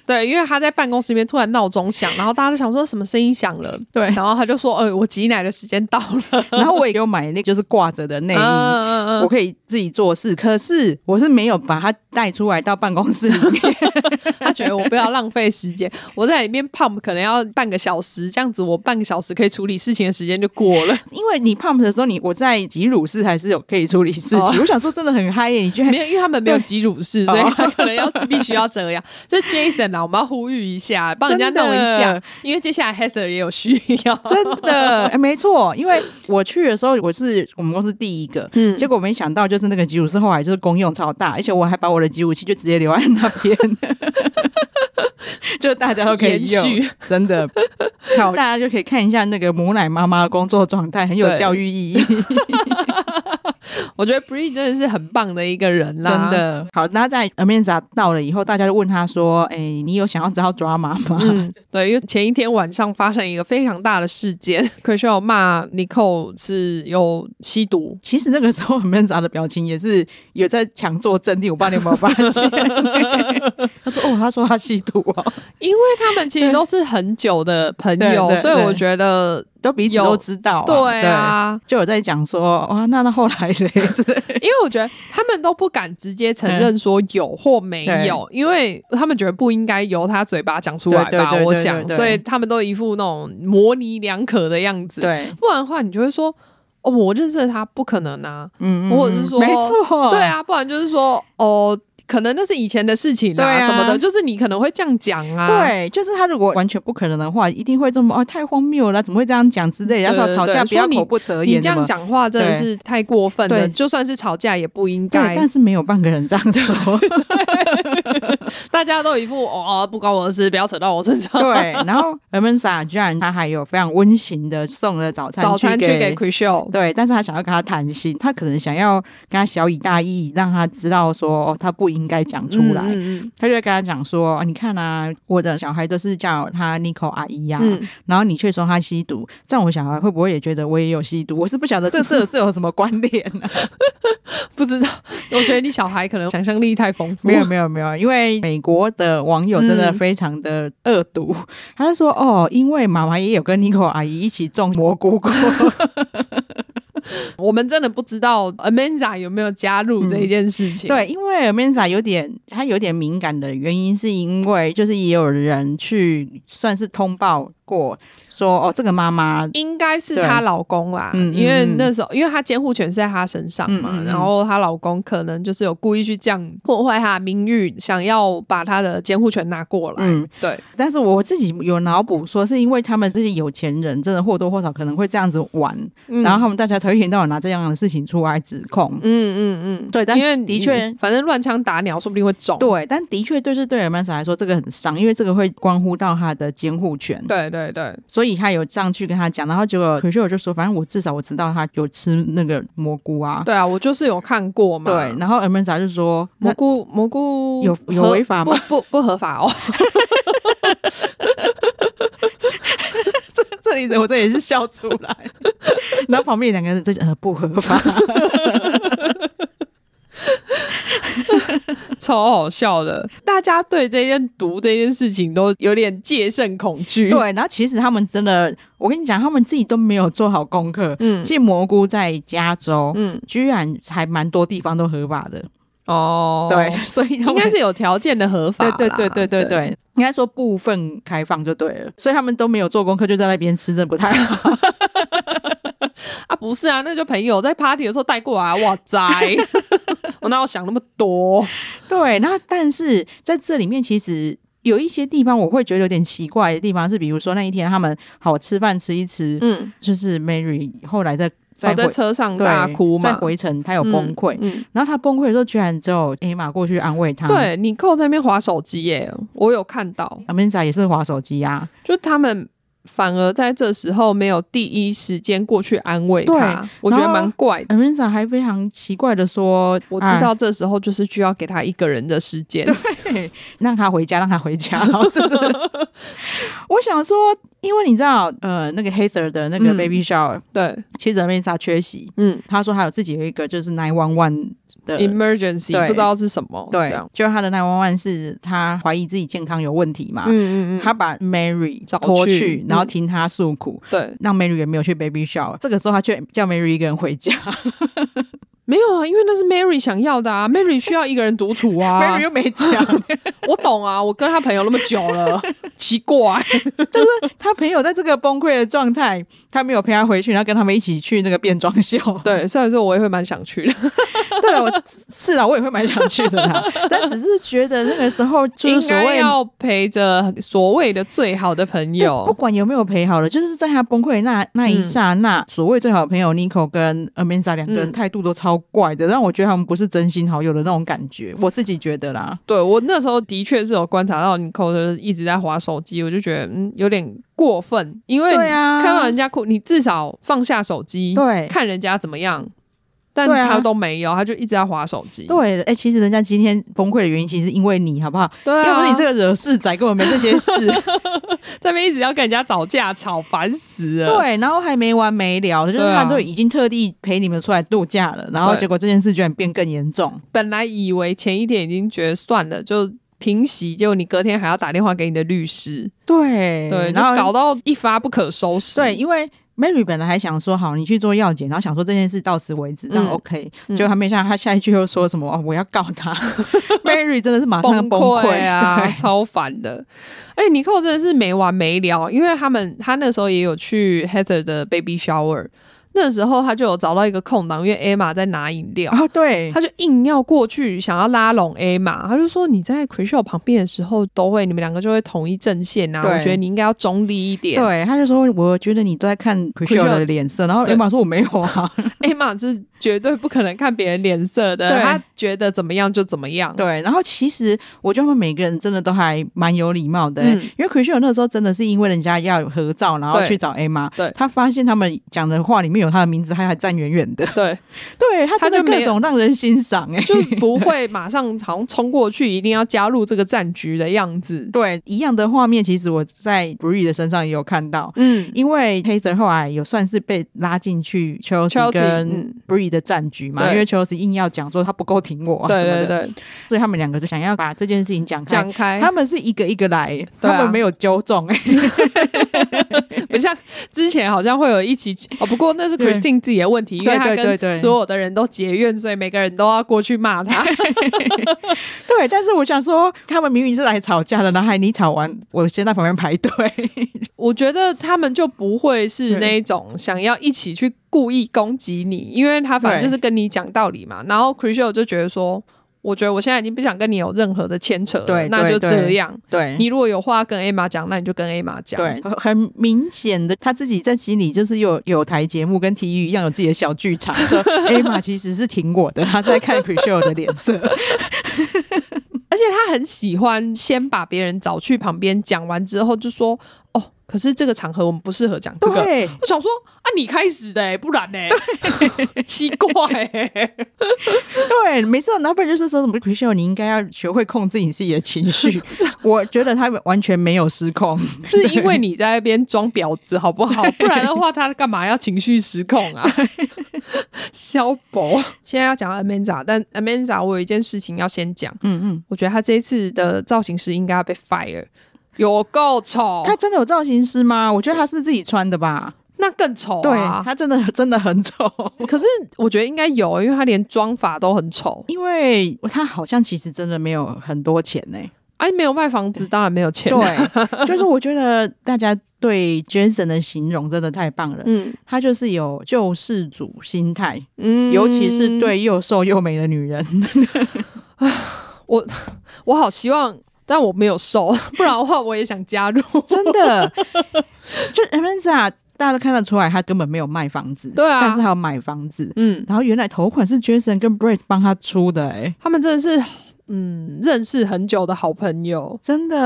[SPEAKER 2] 对，因为他在办公室里面突然闹钟响，然后大家都想说什么声音响了，
[SPEAKER 3] 对
[SPEAKER 2] 然后他就说：“哎、我挤奶的时间到了。
[SPEAKER 3] 然后我也有买那就是挂着的内衣，
[SPEAKER 2] 嗯
[SPEAKER 3] 我
[SPEAKER 2] 嗯
[SPEAKER 3] 可以自己做事，可是我是没有把它带出来到办公室里面，
[SPEAKER 2] 嗯，他觉得我不要浪费时间，我在里面 pump 可能要半个小时，这样子我半个小时可以处理事情的时间就 过了，
[SPEAKER 3] 因为你 pump 的时候，你我在挤乳室还是有可以处理事情。
[SPEAKER 2] 哦
[SPEAKER 3] 我想说真的很嗨耶，你居然
[SPEAKER 2] 没有，因为他们没有
[SPEAKER 3] 对
[SPEAKER 2] 挤乳室，所以
[SPEAKER 3] 哦
[SPEAKER 2] 他可能要必须要这样。 这 Jason 啊，我们要呼吁一下，帮人家弄一
[SPEAKER 3] 真
[SPEAKER 2] 下
[SPEAKER 3] 的，
[SPEAKER 2] 因为接下来 Heather 也有需 要。
[SPEAKER 3] 真的、哎没错，因为我去的时候我是我们公司第一个。
[SPEAKER 2] 嗯
[SPEAKER 3] 结果没想到，就是那个挤乳室后来就是功用超大，而且我还把我的挤乳器就直接留在那边， 就大家都可以用
[SPEAKER 2] 延续，
[SPEAKER 3] 真的，好，大家就可以看一下那个母奶妈妈的工作状态，很有
[SPEAKER 2] 对
[SPEAKER 3] 教育意义。
[SPEAKER 2] 我觉得 Bree 真的是很棒的一个人 啦，
[SPEAKER 3] 真。的好。那在 Amanda 到了以后，大家就问他说：“哎、你有想要知道 drama 吗？”
[SPEAKER 2] 嗯，对，因为前一天晚上发生一个非常大的事件 c r i s h e 骂 Nicole 是有吸毒，
[SPEAKER 3] 其实那个时候 Amanda 的表情也是有在强作镇定，我不知道你有没有发现。他说：“哦，他说他吸毒哦，
[SPEAKER 2] 因为他们其实都是很久的朋友，
[SPEAKER 3] 对对
[SPEAKER 2] 所以我
[SPEAKER 3] 对
[SPEAKER 2] 觉得，
[SPEAKER 3] 都彼此
[SPEAKER 2] 有
[SPEAKER 3] 都知道、啊。”
[SPEAKER 2] 对啊。
[SPEAKER 3] 就有在讲说：“哇，那那后 来嘞？”之类的
[SPEAKER 2] 因为我觉得他们都不敢直接承认说有或没有，因为他们觉得不应该由他嘴巴讲出来吧，
[SPEAKER 3] 对对对对
[SPEAKER 2] 我
[SPEAKER 3] 对
[SPEAKER 2] 想，
[SPEAKER 3] 对对
[SPEAKER 2] 所以他们都一副那种模棱两可的样子。，
[SPEAKER 3] 对，
[SPEAKER 2] 不然的话，你就会说哦，我认识的他不可能啊，
[SPEAKER 3] 嗯，嗯
[SPEAKER 2] 或者是说
[SPEAKER 3] 没错，
[SPEAKER 2] 啊对，啊，不然就是说哦。可能那是以前的事情啦、
[SPEAKER 3] 对啊
[SPEAKER 2] 什么的，就是你可能会这样讲啊。
[SPEAKER 3] 对，就是他如果完全不可能的话，一定会这么哦，太荒谬了，怎么会这样讲之类的。要
[SPEAKER 2] 对
[SPEAKER 3] 说
[SPEAKER 2] 对
[SPEAKER 3] 吵架
[SPEAKER 2] 对
[SPEAKER 3] 不要
[SPEAKER 2] 说你
[SPEAKER 3] 口不择
[SPEAKER 2] 你
[SPEAKER 3] 言，
[SPEAKER 2] 这样
[SPEAKER 3] 什么
[SPEAKER 2] 讲话真的
[SPEAKER 3] 对
[SPEAKER 2] 是太过分了，
[SPEAKER 3] 对
[SPEAKER 2] 就算是吵架也不应
[SPEAKER 3] 对
[SPEAKER 2] 该。，
[SPEAKER 3] 但是没有半个人这样 说。
[SPEAKER 2] 大家都一副哦，不关我的事，不要扯到我身上。
[SPEAKER 3] 对，然后 e m a n s a 居然他还有非常温馨的送了早餐
[SPEAKER 2] 早餐去
[SPEAKER 3] 去
[SPEAKER 2] 给 c r i s h o
[SPEAKER 3] 对，但是他想要跟他谈心，他可能想要跟他小以大义，让他知道说、哦、他不应该讲出来。
[SPEAKER 2] 嗯嗯
[SPEAKER 3] 他就会跟他讲说、哦你看啊，我的小孩都是叫他 Nico 阿姨呀、
[SPEAKER 2] 嗯
[SPEAKER 3] 然后你却说他吸毒，这样我小孩会不会也觉得我也有吸毒？我是不晓得 这这是有什么关联啊？
[SPEAKER 2] 不知道，我觉得你小孩可能想象力太丰 富。
[SPEAKER 3] 没有没有没有，因为美国的网友真的
[SPEAKER 2] 嗯
[SPEAKER 3] 非常的恶毒，他就说哦，因为妈妈也有跟 Nico 阿姨一起种蘑菇过，
[SPEAKER 2] 我们真的不知道 Amanda 有没有加入这一件事
[SPEAKER 3] 嗯
[SPEAKER 2] 情。
[SPEAKER 3] 对，因为 Mensa 有点，他有点敏感的原因，是因为就是也有人去算是通报过，说哦，这个妈妈，
[SPEAKER 2] 应该是她老公啦，
[SPEAKER 3] 对嗯
[SPEAKER 2] 因为
[SPEAKER 3] 嗯嗯
[SPEAKER 2] 那时候，因为她监护权是在她身上嘛，
[SPEAKER 3] 嗯嗯嗯
[SPEAKER 2] 然后她老公可能就是有故意去这样破坏她的名誉，想要把她的监护权拿过来。
[SPEAKER 3] 嗯，
[SPEAKER 2] 对，
[SPEAKER 3] 但是我自己有脑补说，是因为他们这些有钱人真的或多或少可能会这样子玩，
[SPEAKER 2] 嗯
[SPEAKER 3] 然后他们大家才会一天到晚拿这样的事情出来指控。
[SPEAKER 2] 嗯嗯嗯，
[SPEAKER 3] 对但
[SPEAKER 2] 因为
[SPEAKER 3] 的确
[SPEAKER 2] 你反正乱枪打鸟，说不定会中。
[SPEAKER 3] 对，但的确，对是对 m a n s a 来说，这个很伤，因为这个会关乎到他的监护权。
[SPEAKER 2] 对对对，
[SPEAKER 3] 所以他有这样去跟他讲，然后结果可是我就说，反正我至少我知道他有吃那个蘑菇啊。
[SPEAKER 2] 对啊，我就是有看过嘛。
[SPEAKER 3] 对，然后 a m a n d a 就说，
[SPEAKER 2] 蘑菇蘑菇
[SPEAKER 3] 有有
[SPEAKER 2] 合
[SPEAKER 3] 违法吗？
[SPEAKER 2] 不不不合法哦。
[SPEAKER 3] 这里我这也是笑出来， 然后旁边两个人这呃不合法，
[SPEAKER 2] 超好笑的，大家对这件毒这件事情都有点戒慎恐惧。，
[SPEAKER 3] 对，然后其实他们真的，我跟你讲，他们自己都没有做好功课。
[SPEAKER 2] 嗯
[SPEAKER 3] 其实蘑菇在加州，
[SPEAKER 2] 嗯，
[SPEAKER 3] 居然还蛮多地方都合法的，
[SPEAKER 2] 哦，
[SPEAKER 3] 对，，所以他 们
[SPEAKER 2] 应该是有条件的合法
[SPEAKER 3] 对
[SPEAKER 2] 啦。
[SPEAKER 3] 对对对对对，应该说部分开放就对了，所以他们都没有做功课，就在那边吃，真的不太好。
[SPEAKER 2] 啊，不是啊，那就朋友在 party 的时候带 过来，哇塞，我哪有想那么多？
[SPEAKER 3] 对，那但是在这里面其实。有一些地方我会觉得有点奇怪的地方是，比如说那一天他们好吃饭吃一吃，
[SPEAKER 2] 嗯，
[SPEAKER 3] 就是 Mary 后来在在
[SPEAKER 2] 我哦在
[SPEAKER 3] 回
[SPEAKER 2] 车上
[SPEAKER 3] 对
[SPEAKER 2] 大哭嘛，
[SPEAKER 3] 在回程她有崩溃，啊
[SPEAKER 2] 嗯，
[SPEAKER 3] 然后她崩溃的时候，居然只有 Emma 过去安慰她。
[SPEAKER 2] 对你扣在那边划手机耶，我有看到，
[SPEAKER 3] ，Amanda 也是滑手机啊。
[SPEAKER 2] 就他们。反而在这时候没有第一时间过去安慰他
[SPEAKER 3] 对，
[SPEAKER 2] 我觉得
[SPEAKER 3] 然后
[SPEAKER 2] 蛮怪的。
[SPEAKER 3] Amanda 还非常奇怪的说：“啊
[SPEAKER 2] 我知 道这时候就是需要给他一个人的时间，
[SPEAKER 3] 对，让他回家，让他回家，然后是 不是？我想说，因为你知道，呃，那个 Heather 的那个
[SPEAKER 2] 嗯
[SPEAKER 3] baby shower，、
[SPEAKER 2] 对，
[SPEAKER 3] 其实 Amanda 缺席，
[SPEAKER 2] 嗯
[SPEAKER 3] 她说她有自己有一个就是 nine one one 的。
[SPEAKER 2] ，emergency
[SPEAKER 3] 对
[SPEAKER 2] 不知道是什么，这
[SPEAKER 3] 对
[SPEAKER 2] 样，
[SPEAKER 3] 就她的 nine one one 是她怀疑自己健康有问题嘛，
[SPEAKER 2] 嗯嗯嗯，
[SPEAKER 3] 她把 Mary
[SPEAKER 2] 找
[SPEAKER 3] 拖
[SPEAKER 2] 去
[SPEAKER 3] 去，然后
[SPEAKER 2] 嗯
[SPEAKER 3] 听她诉苦，
[SPEAKER 2] 对，
[SPEAKER 3] 让 Mary 也没有去 baby shower，这个时候他却叫 Mary 一个人回 家、
[SPEAKER 2] 没有啊，因为那是 Mary 想要的啊，Mary 需要一个人独处
[SPEAKER 3] m a
[SPEAKER 2] 啊
[SPEAKER 3] r y 又没讲，
[SPEAKER 2] 我懂啊，我跟他朋友那么久 了，奇怪，
[SPEAKER 3] 他朋友在这个崩溃的状态，他没有陪他回去，然后跟他们一起去那个变装秀。
[SPEAKER 2] 对，虽然说我也会蛮想去的，
[SPEAKER 3] 对了，我是啦，我也会蛮想去的 啦，但只是觉得那个时候就是
[SPEAKER 2] 应
[SPEAKER 3] 所
[SPEAKER 2] 该
[SPEAKER 3] 谓。
[SPEAKER 2] 要陪着所谓的最好的朋
[SPEAKER 3] 对不
[SPEAKER 2] 友，
[SPEAKER 3] 管有嗯没有陪好了，就是在他崩溃的那那一刹那，所谓最好的朋友 Nico 跟 Amanda 两个人
[SPEAKER 2] 嗯
[SPEAKER 3] 态度都超怪的，让我觉得他们不是真心好友的那种感觉，我自己觉得啦。
[SPEAKER 2] 对我那时候的确是有观察到你扣就是一直在划手机，我就觉得嗯有点过分，因为
[SPEAKER 3] 对啊
[SPEAKER 2] 看到人家哭，你至少放下手机，
[SPEAKER 3] 对
[SPEAKER 2] 看人家怎么样，但
[SPEAKER 3] 对啊
[SPEAKER 2] 他都没有，他就一直在划手机，
[SPEAKER 3] 对，哎、其实人家今天崩溃的原因，其实是因为你好不好？
[SPEAKER 2] 对啊，
[SPEAKER 3] 要不是你这个惹事仔，根本没这些 事。
[SPEAKER 2] 这边一直要跟人家吵架，吵烦死了。
[SPEAKER 3] 对，然后还没完没了的，就是
[SPEAKER 2] 对啊
[SPEAKER 3] 他都已经特地陪你们出来度假了，然后
[SPEAKER 2] 对
[SPEAKER 3] 结果这件事居然变更严重。
[SPEAKER 2] 本来以为前一天已经觉得算了，就平息，结果你隔天还要打电话给你的律师，
[SPEAKER 3] 对
[SPEAKER 2] 对，就
[SPEAKER 3] 然后
[SPEAKER 2] 搞到一发不可收拾。
[SPEAKER 3] 对，，因为 Mary 本来还想说好，你去做药检，然后想说这件事到此为止，这样
[SPEAKER 2] 嗯
[SPEAKER 3] OK，、
[SPEAKER 2] 嗯
[SPEAKER 3] 结果还没想到他下一句又说 什么、哦、我要告他，Mary 真的是马上
[SPEAKER 2] 崩
[SPEAKER 3] 崩溃
[SPEAKER 2] 啊
[SPEAKER 3] 对，
[SPEAKER 2] 超烦的。哎、尼寇真的是没完没了，因为他们他那时候也有去 Heather 的 baby shower。那时候他就有找到一个空档，因为 Emma 在拿饮 料，
[SPEAKER 3] 啊，对，
[SPEAKER 2] 他就硬要过去想要拉拢 A 嘛，他就说你在 c r i s h a l 旁边的时候都会，你们两个就会统一阵线啊。
[SPEAKER 3] 对
[SPEAKER 2] 我觉得你应该要中立一点。
[SPEAKER 3] 对，他就说我觉得你都在看 c r i s t a
[SPEAKER 2] Christian-
[SPEAKER 3] l 的脸色，然后
[SPEAKER 2] 对
[SPEAKER 3] Emma 说我没有啊，
[SPEAKER 2] a 嘛是绝对不可能看别人脸色的，
[SPEAKER 3] 对
[SPEAKER 2] 他觉得怎么样就怎么样。
[SPEAKER 3] 对，然后其实我觉得他们每个人真的都还蛮有礼貌的欸、
[SPEAKER 2] 嗯
[SPEAKER 3] 因为 c r i s t a l 那时候真的是因为人家要合照，然后
[SPEAKER 2] 对
[SPEAKER 3] 去找 Emma，
[SPEAKER 2] 对
[SPEAKER 3] 他发现他们讲的话里面有他的名字，他还站远远 的，
[SPEAKER 2] 对，
[SPEAKER 3] 对他
[SPEAKER 2] 他
[SPEAKER 3] 真的
[SPEAKER 2] 就没
[SPEAKER 3] 各
[SPEAKER 2] 有
[SPEAKER 3] 种让人欣赏哎、欸，
[SPEAKER 2] 就不会马上好像冲过去，一定要加入这个战局的样子。
[SPEAKER 3] 对一样的画面，其实我在 Bree 的身上也有看到。
[SPEAKER 2] 嗯，
[SPEAKER 3] 因为 Taser 后来有算是被拉进去
[SPEAKER 2] Chelsea，
[SPEAKER 3] Chelsea 跟
[SPEAKER 2] 嗯
[SPEAKER 3] Bree 的战局嘛，
[SPEAKER 2] 对
[SPEAKER 3] 因为 Chelsea 硬要讲说他不够挺我啊
[SPEAKER 2] 对
[SPEAKER 3] 什么的，
[SPEAKER 2] 对对，
[SPEAKER 3] 所以他们两个就想要把这件事情讲开。
[SPEAKER 2] 讲开，
[SPEAKER 3] 他们是一个一个来，
[SPEAKER 2] 对啊
[SPEAKER 3] 他们没有纠正、哎，
[SPEAKER 2] 不像之前好像会有一起哦，不过那是
[SPEAKER 3] 对
[SPEAKER 2] Christine 自己的问题，因为
[SPEAKER 3] 对
[SPEAKER 2] 他
[SPEAKER 3] 对对
[SPEAKER 2] 跟
[SPEAKER 3] 对
[SPEAKER 2] 所有的人都结怨，所以每个人都要过去骂他。
[SPEAKER 3] 对。但是我想说，他们明明是来吵架的，然后还你吵完，我先在旁边排队。
[SPEAKER 2] 我觉得他们就不会是
[SPEAKER 3] 对
[SPEAKER 2] 那一种想要一起去故意攻击你，因为他反正就是跟你讲道理嘛。然后 c r i s h a l 就觉得说，我觉得我现在已经不想跟你有任何的牵扯了，
[SPEAKER 3] 对
[SPEAKER 2] 那就
[SPEAKER 3] 对
[SPEAKER 2] 这样。
[SPEAKER 3] 对
[SPEAKER 2] 你如果有话跟 A 妈讲，那你就跟 A 妈讲。
[SPEAKER 3] 对，很很明显的，他自己在心里就是有有台节目跟体育一样有自己的小剧场。 说艾玛其实是挺我的，他在看 c r i s h e l 的脸色。
[SPEAKER 2] 而且他很喜欢先把别人找去旁边讲完之后，就说哦，可是这个场合我们不适合讲这个。
[SPEAKER 3] 对
[SPEAKER 2] 我想说啊，你开始的、欸，不然呢、 奇怪、欸，
[SPEAKER 3] 对，没错，然后不然就是说什么 c r i s h e l 你应该要学会控制你自己的情 绪。我觉得他完全没有失控。
[SPEAKER 2] 是因为你在那边装婊子好不好？不然的话，他干嘛要情绪失控 啊？肖博，现在要讲 Amanda，但 Amanda 我有一件事情要先讲，
[SPEAKER 3] 嗯嗯，
[SPEAKER 2] 我觉得他这一次的造型师应该要被 fire，有够丑，
[SPEAKER 3] 他真的有造型师吗？我觉得他是自己穿的吧。
[SPEAKER 2] 那更丑
[SPEAKER 3] 对
[SPEAKER 2] 啊！
[SPEAKER 3] 他真的真的很丑，
[SPEAKER 2] 可是我觉得应该有，因为他连妆法都很丑，
[SPEAKER 3] 因为他好像其实真的没有很多钱呢、
[SPEAKER 2] 哎、没有卖房子，当然没有钱。，
[SPEAKER 3] 对，就是我觉得大家对 Jason 的形容真的太棒了。
[SPEAKER 2] 嗯
[SPEAKER 3] 他就是有救世主心态，
[SPEAKER 2] 嗯
[SPEAKER 3] 尤其是对又瘦又美的女 人。
[SPEAKER 2] 我好希望，但我没有瘦， 不然的话我也想加入。
[SPEAKER 3] 真的，就 a m a n d a 大家都看得出来，他根本没有卖房子，
[SPEAKER 2] 对啊
[SPEAKER 3] 但是他有买房子。
[SPEAKER 2] 嗯，
[SPEAKER 3] 然后原来头款是 Jason 跟 Brett 帮他出的、欸，
[SPEAKER 2] 他们真的是嗯认识很久的好朋友，
[SPEAKER 3] 真的。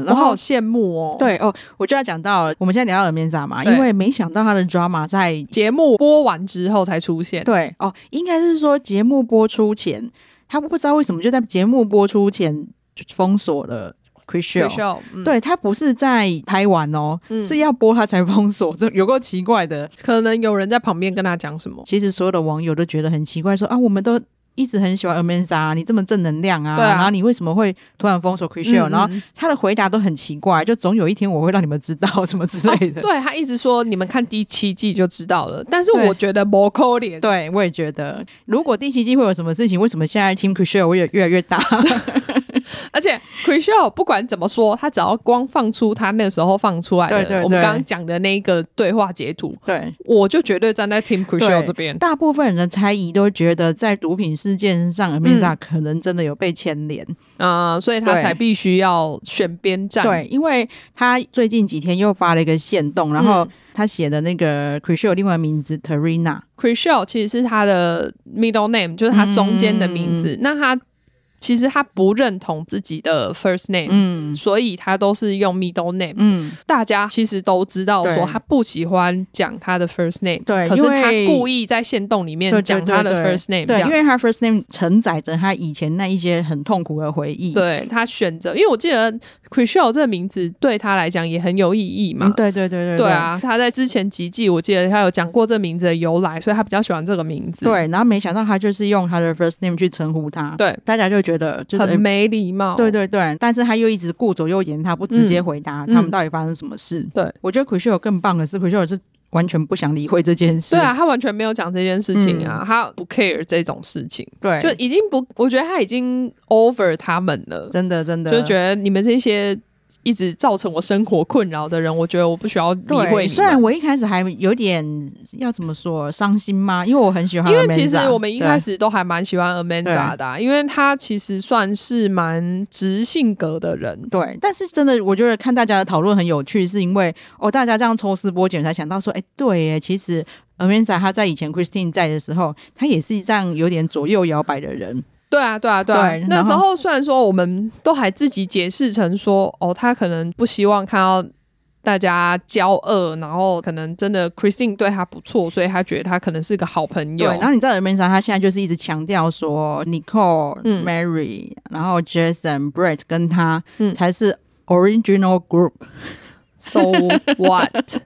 [SPEAKER 2] 我
[SPEAKER 3] 然
[SPEAKER 2] 好
[SPEAKER 3] 后
[SPEAKER 2] 羡慕哦。，
[SPEAKER 3] 对哦，我就要讲到我们现在聊到 a m a n d a 嘛，
[SPEAKER 2] 对
[SPEAKER 3] 因为没想到他的 drama 在
[SPEAKER 2] 节目播完之后才出现。
[SPEAKER 3] 对哦，应该是说节目播出前，他不知道为什么就在节目播出前就封锁了 Chris
[SPEAKER 2] Michelle，
[SPEAKER 3] h 对他不是在拍完哦，
[SPEAKER 2] 嗯
[SPEAKER 3] 是要播他才封锁，这有够奇怪的。
[SPEAKER 2] 可能有人在旁边跟他讲什么。
[SPEAKER 3] 其实所有的网友都觉得很奇怪，说啊，我们都一直很喜欢 Amanda，、啊、你这么正能量啊，
[SPEAKER 2] 对啊
[SPEAKER 3] 然后你为什么会突然封锁 Chris h
[SPEAKER 2] 嗯嗯
[SPEAKER 3] 然后他的回答都很奇怪，就总有一天我会让你们知道什么之类的。
[SPEAKER 2] 哦对他一直说你们看第七季就知道了，但是
[SPEAKER 3] 对
[SPEAKER 2] 我觉得不可怜。
[SPEAKER 3] 对，我也觉得，如果第七季会有什么事情，为什么现在 Team Chris 会越越来越大？
[SPEAKER 2] 而且 c r i s h a l 不管怎么说，他只要光放出他那时候放出来的
[SPEAKER 3] 对对对
[SPEAKER 2] 我们刚刚讲的那个对话截图，
[SPEAKER 3] 对，
[SPEAKER 2] 我就绝对站在 Team c r i s h a l
[SPEAKER 3] 对
[SPEAKER 2] 这边。
[SPEAKER 3] 大部分人的猜疑都觉得，在毒品事件上
[SPEAKER 2] 嗯
[SPEAKER 3] a m a n d a 可能真的有被牵连。
[SPEAKER 2] 啊、所以他
[SPEAKER 3] 对
[SPEAKER 2] 才必须要选边站。
[SPEAKER 3] 对，因为他最近几天又发了一个线动，然
[SPEAKER 2] 嗯
[SPEAKER 3] 后他写的那个 c r i s h e l 另外名字 Terina，
[SPEAKER 2] c r i s h a l 其实是他的 middle name，就是他中间的名字。
[SPEAKER 3] 嗯
[SPEAKER 2] 那他其实他不认同自己的 first name，、
[SPEAKER 3] 嗯
[SPEAKER 2] 所以他都是用 middle name。
[SPEAKER 3] 嗯，
[SPEAKER 2] 大家其实都知道说
[SPEAKER 3] 对
[SPEAKER 2] 他不喜欢讲他的 first name，
[SPEAKER 3] 对
[SPEAKER 2] 可是
[SPEAKER 3] 因
[SPEAKER 2] 他
[SPEAKER 3] 为
[SPEAKER 2] 故意在线动里面
[SPEAKER 3] 对
[SPEAKER 2] 讲他的 first name，这
[SPEAKER 3] 对，因
[SPEAKER 2] 样。
[SPEAKER 3] 为他 first name 承载着他以前那一些很痛苦的回忆，
[SPEAKER 2] 对他选择，因为我记得 c r i s h a l 这个名字对他来讲也很有意义嘛。
[SPEAKER 3] 嗯，对对对对
[SPEAKER 2] 对。啊，他在之前几季我记得他有讲过这名字的由来，所以他比较喜欢这个名字。
[SPEAKER 3] 对，然后没想到他就是用他的 first name 去称呼他，
[SPEAKER 2] 对，
[SPEAKER 3] 大家就觉得就是
[SPEAKER 2] 很没礼貌。
[SPEAKER 3] 对对对，但是他又一直顾左右言他，不直接回答
[SPEAKER 2] 嗯
[SPEAKER 3] 他们到底发生什么事。
[SPEAKER 2] 对
[SPEAKER 3] 我觉得奎秀有更棒的是，奎秀是完全不想理会这件事。
[SPEAKER 2] 对啊，他完全没有讲这件事情啊，他不 care 这种事情，
[SPEAKER 3] 嗯对，
[SPEAKER 2] 就已经不，我觉得他已经 over 他们了，
[SPEAKER 3] 真的真的
[SPEAKER 2] 就觉得你们这些。一直造成我生活困扰的人，我觉得我不需要理会
[SPEAKER 3] 对，
[SPEAKER 2] 你
[SPEAKER 3] 虽然
[SPEAKER 2] 们。
[SPEAKER 3] 我一开始还有点要怎么说伤心吗？因为我很喜欢 Amenza，对，
[SPEAKER 2] 因为其实我们一开始都还蛮喜欢 Amanda 的啊、因为她其实算是蛮直性格的人。
[SPEAKER 3] 对，但是真的，我觉得看大家的讨论很有趣，是因为哦，大家这样抽丝剥茧才想到说，哎，对耶，其实 Amanda 她在以前 Christine 在的时候，她也是这样有点左右摇摆的人，
[SPEAKER 2] 对啊，对啊，对啊。
[SPEAKER 3] 对
[SPEAKER 2] 那
[SPEAKER 3] 然
[SPEAKER 2] 时
[SPEAKER 3] 后
[SPEAKER 2] 候虽然说我们都还自己解释成说，哦，她可能不希望看到大家交恶，然后可能真的 Christine 对她不错，所以她觉得她可能是个好朋
[SPEAKER 3] 对，
[SPEAKER 2] 友。
[SPEAKER 3] 然后你知道 Amanda 她现在就是一直强调说，Nicole、
[SPEAKER 2] 嗯
[SPEAKER 3] Mary，然后 Jason、Brett 跟她、
[SPEAKER 2] 嗯
[SPEAKER 3] 才是 original group，
[SPEAKER 2] So what？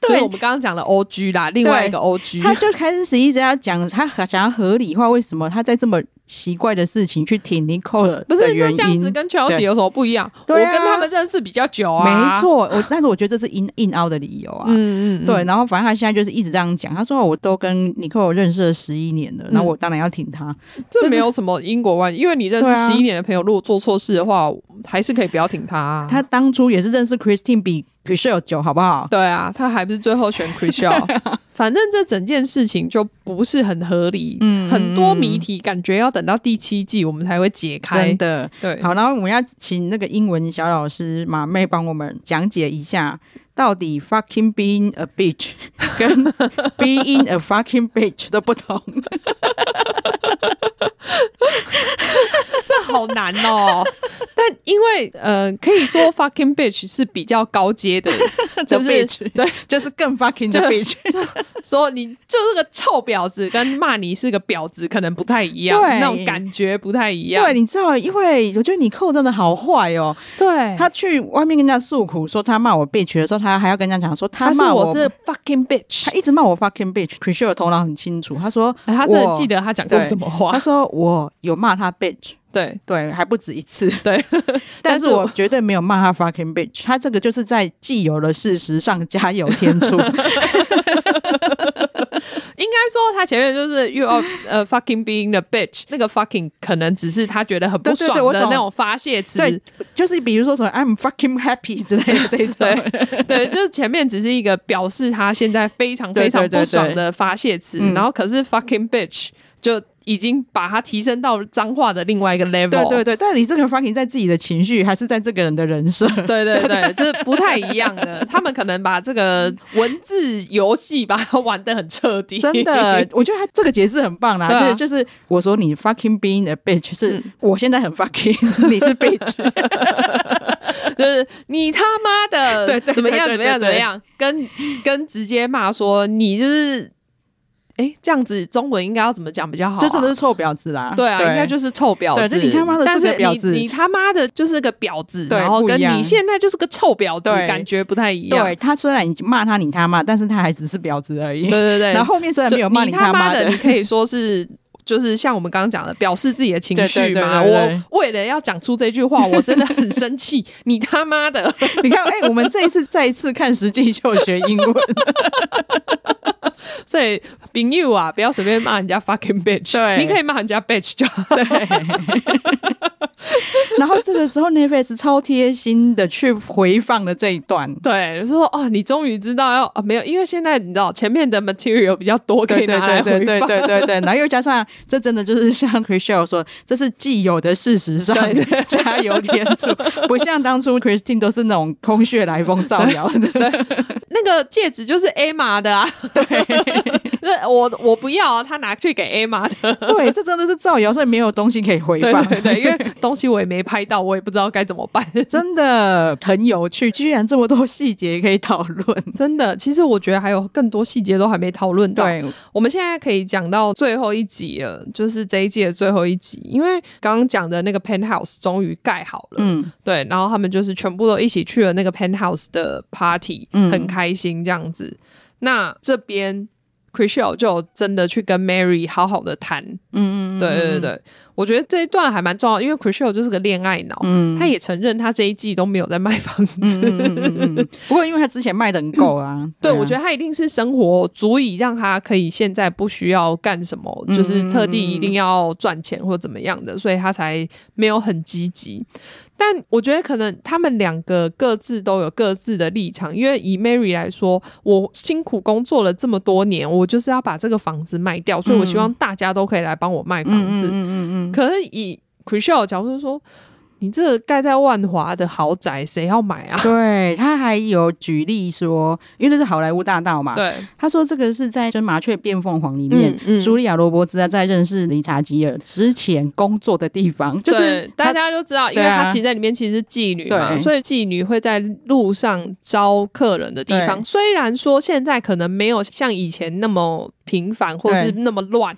[SPEAKER 2] 就是我们刚刚讲的 O G 啦，另外一个 O G，
[SPEAKER 3] 他就开始一直要讲，他想要合理化为什么他在这么奇怪的事情去挺 Nicole
[SPEAKER 2] 不
[SPEAKER 3] 的
[SPEAKER 2] 是
[SPEAKER 3] 原
[SPEAKER 2] 那
[SPEAKER 3] 因。
[SPEAKER 2] 这样子跟 Chelsea
[SPEAKER 3] 对
[SPEAKER 2] 有什么不一样？我
[SPEAKER 3] 对啊
[SPEAKER 2] 跟他们认识比较久啊，
[SPEAKER 3] 没，错，我但是我觉得这是硬硬凹的理由啊。
[SPEAKER 2] 嗯嗯，嗯
[SPEAKER 3] 对，，然后反正他现在就是一直这样讲，他说我都跟 Nicole 认识了十一年了，
[SPEAKER 2] 嗯
[SPEAKER 3] 那、我当然要挺他。
[SPEAKER 2] 这没有什么因果关系，因为你认识
[SPEAKER 3] 对啊
[SPEAKER 2] 十一年的朋友，如果做错事的话，还是可以不要挺他啊。
[SPEAKER 3] 他当初也是认识 Christine 比 c h r i s t e l 久，好不好？
[SPEAKER 2] 对啊，他还不是最后 选 c h r i s t a l 反正这整件事情就不是很合理，
[SPEAKER 3] 嗯
[SPEAKER 2] 很多谜题感觉要等到第七季我们才会解开
[SPEAKER 3] 真。的
[SPEAKER 2] 对，
[SPEAKER 3] 好，然后我们要请那个英文小老师马妹帮我们讲解一下，到底 fucking being a bitch 跟 being a fucking bitch 的不同。
[SPEAKER 2] 这好难 哦。但因为呃，可以说 fucking bitch 是比较高阶 的，
[SPEAKER 3] 的
[SPEAKER 2] 就是
[SPEAKER 3] bitch，对，就是更 fucking 的 bitch。
[SPEAKER 2] 说你就是个臭婊子，跟骂你是个婊子可能不太一样，
[SPEAKER 3] 对
[SPEAKER 2] 那种感觉不太一样。
[SPEAKER 3] 对，你知道，因为我觉得你扣真的好坏哦。
[SPEAKER 2] 对
[SPEAKER 3] 他去外面跟人家诉苦，说他骂我 bitch 的时候，他还要跟人家讲说
[SPEAKER 2] 他是
[SPEAKER 3] 骂
[SPEAKER 2] 我这
[SPEAKER 3] 这，
[SPEAKER 2] fucking bitch，
[SPEAKER 3] 他一直骂我 fucking bitch。c h r i s t 的头脑很清楚，他说
[SPEAKER 2] 哎他真的
[SPEAKER 3] 我
[SPEAKER 2] 记得他讲过
[SPEAKER 3] 对
[SPEAKER 2] 什么话
[SPEAKER 3] 他。说我有骂他 bitch，
[SPEAKER 2] 对
[SPEAKER 3] 对，还不止一次。
[SPEAKER 2] 对，
[SPEAKER 3] 但
[SPEAKER 2] 但
[SPEAKER 3] 是
[SPEAKER 2] 是
[SPEAKER 3] 我
[SPEAKER 2] 我
[SPEAKER 3] 绝对没有骂他 fucking bitch，他这个就是在既有的事实上加油添 醋。
[SPEAKER 2] 应该说他前面就是 you are 呃 fucking being the bitch，那个 fucking 可能只是他觉得很
[SPEAKER 3] 对
[SPEAKER 2] 不
[SPEAKER 3] 对对
[SPEAKER 2] 爽
[SPEAKER 3] 我
[SPEAKER 2] 的
[SPEAKER 3] 懂
[SPEAKER 2] 那种发泄词。
[SPEAKER 3] 对，就是比如说什么 I'm fucking happy 之类的这一种。
[SPEAKER 2] 对，就是前面只是一个表示他现在非常
[SPEAKER 3] 对
[SPEAKER 2] 非常
[SPEAKER 3] 对对
[SPEAKER 2] 不爽
[SPEAKER 3] 对
[SPEAKER 2] 的发泄词
[SPEAKER 3] 嗯，
[SPEAKER 2] 然后可是 fucking bitch 就已经把它提升到脏话的另外一个 level。
[SPEAKER 3] 对对对，但你这个 fucking 在自己的情绪，还是在这个人的人设？
[SPEAKER 2] 对对对，这是不太一样的。他们可能把这个文字游戏把它玩得很彻底，
[SPEAKER 3] 真 的，我觉得他这个解释很棒啦，
[SPEAKER 2] 对啊嗯
[SPEAKER 3] 就是就是我说你 fucking being a bitch，是我现在很 fucking，你是 bitch，
[SPEAKER 2] 就是你他妈的
[SPEAKER 3] 对对对
[SPEAKER 2] 怎么样
[SPEAKER 3] 对对
[SPEAKER 2] 怎么样
[SPEAKER 3] 对
[SPEAKER 2] 怎么样，跟跟直接骂说你就是，哎，这样子中文应该要怎么讲比较好、啊？
[SPEAKER 3] 就真的是臭婊子啦。
[SPEAKER 2] 对啊，应该就是臭婊
[SPEAKER 3] 对
[SPEAKER 2] 子。
[SPEAKER 3] 就你他妈的
[SPEAKER 2] 但
[SPEAKER 3] 是
[SPEAKER 2] 是
[SPEAKER 3] 个婊子
[SPEAKER 2] 你你他妈的就是个婊子，
[SPEAKER 3] 对
[SPEAKER 2] 然后
[SPEAKER 3] 不
[SPEAKER 2] 跟
[SPEAKER 3] 一样
[SPEAKER 2] 你现在就是个臭婊子
[SPEAKER 3] 对，
[SPEAKER 2] 感觉不太一样。
[SPEAKER 3] 对他虽然你骂他你他妈，但是他还只是婊子而已。
[SPEAKER 2] 对对对，
[SPEAKER 3] 然后后面虽然
[SPEAKER 2] 就
[SPEAKER 3] 没有骂
[SPEAKER 2] 你
[SPEAKER 3] 他
[SPEAKER 2] 妈
[SPEAKER 3] 妈
[SPEAKER 2] 你可以说是。就是像我们刚刚讲的，表示自己的情绪嘛。
[SPEAKER 3] 对对对对对
[SPEAKER 2] 我为了要讲出这句话，我真的很生气。 你他妈的，
[SPEAKER 3] 你看，哎、我们这一次再一次看实际秀学英文，
[SPEAKER 2] 所以朋友啊，不要随便骂人家 fucking bitch。
[SPEAKER 3] 对
[SPEAKER 2] 你可以骂人家 bitch 就好。
[SPEAKER 3] 对。 然后这个时候 n e v e s 超贴心的去回放了这一段，
[SPEAKER 2] 对，就说哦，你终于知道要啊，没有，因为现在你知道前面的 material 比较多，可
[SPEAKER 3] 对
[SPEAKER 2] 以
[SPEAKER 3] 对
[SPEAKER 2] 拿来
[SPEAKER 3] 对
[SPEAKER 2] 回
[SPEAKER 3] 对对
[SPEAKER 2] 放。
[SPEAKER 3] 对对对，然后又加上这真的就是像 c h r i s t e l 说，这是既有的事实上
[SPEAKER 2] 对
[SPEAKER 3] 加油添醋，不像当初 Christine 都是那种空穴来风造谣 的。
[SPEAKER 2] 那个戒指就是 A 玛的啊，对， 那我我不要、啊，他拿去给 A 玛的。
[SPEAKER 3] 对，这真的是造谣，所以没有东西可以回
[SPEAKER 2] 对
[SPEAKER 3] 放。
[SPEAKER 2] 对对，因为东西我也没拍到，我也不知道该怎么 办。
[SPEAKER 3] 真的很有趣，居然这么多细节可以讨论。
[SPEAKER 2] 真的，其实我觉得还有更多细节都还没讨论到。
[SPEAKER 3] 对，
[SPEAKER 2] 我们现在可以讲到最后一集了，就是这一季的最后一集，因为刚刚讲的那个 penthouse 终于盖好了，
[SPEAKER 3] 嗯，
[SPEAKER 2] 对，然后他们就是全部都一起去了那个 penthouse 的 party，、
[SPEAKER 3] 嗯
[SPEAKER 2] 很开心这样子。那这边 c h r i s t e l 就真的去跟 Mary 好好的谈，嗯嗯对对对对，我觉得这一段还蛮重要，因为 c h r i s t e l 就是个恋爱脑，他也承认他这一季都没有在卖房
[SPEAKER 3] 嗯
[SPEAKER 2] 子，
[SPEAKER 3] 不过因为他之前卖的很够啊，
[SPEAKER 2] 对，
[SPEAKER 3] 啊
[SPEAKER 2] 我觉得他一定是生活足以让他可以现在不需要干什么，就是特地一定要赚钱或怎么样的，所以他才没有很积极。但我觉得可能他们两个各自都有各自的立场，因为以 Mary 来说，我辛苦工作了这么多年，我就是要把这个房子卖掉，所以我希望大家都可以来帮我卖房子。
[SPEAKER 3] 嗯嗯嗯
[SPEAKER 2] 可是以 c h r i s e l 角度说，你这个盖在万华的豪宅，谁要买啊？
[SPEAKER 3] 对他还有举例说，因为那是好莱坞大道嘛，
[SPEAKER 2] 对，
[SPEAKER 3] 他说这个是在《真麻雀变凤凰》里面，
[SPEAKER 2] 嗯嗯
[SPEAKER 3] 茱莉亚·罗伯兹在认识理查吉尔之前工作的地方，就是
[SPEAKER 2] 对大家就知道，因为
[SPEAKER 3] 对啊
[SPEAKER 2] 她其实在里面其实是妓女嘛，
[SPEAKER 3] 对
[SPEAKER 2] 所以妓女会在路上招客人的地方。
[SPEAKER 3] 对
[SPEAKER 2] 虽然说现在可能没有像以前那么频繁或是
[SPEAKER 3] 对
[SPEAKER 2] 那么乱，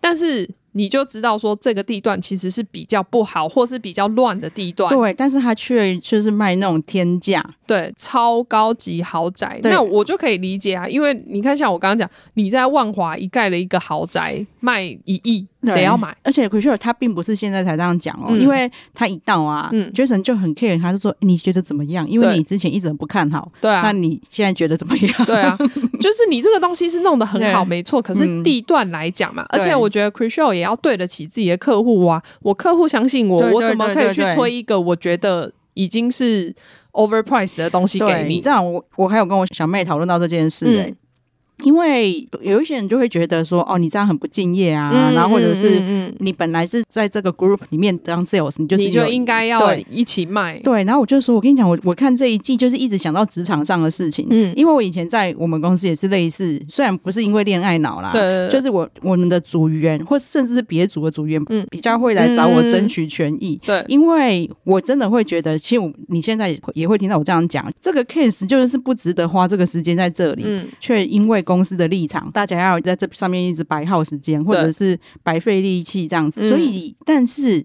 [SPEAKER 2] 但是你就知道说这个地段其实是比较不好或是比较乱的地段，
[SPEAKER 3] 对，但是他却就是卖那种天价，
[SPEAKER 2] 对，超高级豪宅。
[SPEAKER 3] 对
[SPEAKER 2] 那我就可以理解啊，因为你看，像我刚刚讲，你在万华一盖了一个豪宅，卖一亿，谁
[SPEAKER 3] 对
[SPEAKER 2] 要买？？
[SPEAKER 3] 而且奎秀尔他并不是现在才这样讲哦，
[SPEAKER 2] 嗯
[SPEAKER 3] 因为他一到啊、
[SPEAKER 2] 嗯
[SPEAKER 3] j a s o n 就很 care，他就说、你觉得怎么样？因为
[SPEAKER 2] 对
[SPEAKER 3] 你之前一直很不看好，
[SPEAKER 2] 对啊，
[SPEAKER 3] 那你现在觉得怎么样？
[SPEAKER 2] 对啊，就是你这个东西是弄得很好，
[SPEAKER 3] 对
[SPEAKER 2] 没错。可是
[SPEAKER 3] 嗯
[SPEAKER 2] 地段来讲嘛，而
[SPEAKER 3] 对
[SPEAKER 2] 且我觉得 c r i s h a l 也要对得起自己的客户啊。我客户相信我，
[SPEAKER 3] 对对
[SPEAKER 2] 我怎么可以去
[SPEAKER 3] 对对对
[SPEAKER 2] 推一个我觉得已经是 overpriced 的东西 给
[SPEAKER 3] 对，
[SPEAKER 2] 你
[SPEAKER 3] 这？样我我还有跟我小妹讨论到这件事、欸，
[SPEAKER 2] 嗯
[SPEAKER 3] 因为有一些人就会觉得说，哦，你这样很不敬业啊，
[SPEAKER 2] 嗯
[SPEAKER 3] 然后或者是。
[SPEAKER 2] 嗯嗯嗯
[SPEAKER 3] 你本来是在这个 group 里面当 sales，你就是
[SPEAKER 2] 你就
[SPEAKER 3] 有
[SPEAKER 2] 应该要
[SPEAKER 3] 对
[SPEAKER 2] 一起卖。
[SPEAKER 3] 对，然后我就说，我跟你讲，我我看这一季就是一直想到职场上的事情，
[SPEAKER 2] 嗯
[SPEAKER 3] 因为我以前在我们公司也是类似，虽然不是因为恋爱脑啦，
[SPEAKER 2] 对对对
[SPEAKER 3] 就是我我们的组员或甚至是别组的组员，
[SPEAKER 2] 嗯
[SPEAKER 3] 比较会来找我
[SPEAKER 2] 嗯
[SPEAKER 3] 争取权益。
[SPEAKER 2] 对
[SPEAKER 3] 因为我真的会觉得，其实我你现在也会也会听到我这样讲，这个 case 就是不值得花这个时间在这里，
[SPEAKER 2] 嗯，
[SPEAKER 3] 却因为公司的立场，大家要在这上面一直白耗时间，或者是白费力气这样子。
[SPEAKER 2] 嗯
[SPEAKER 3] 所以，但是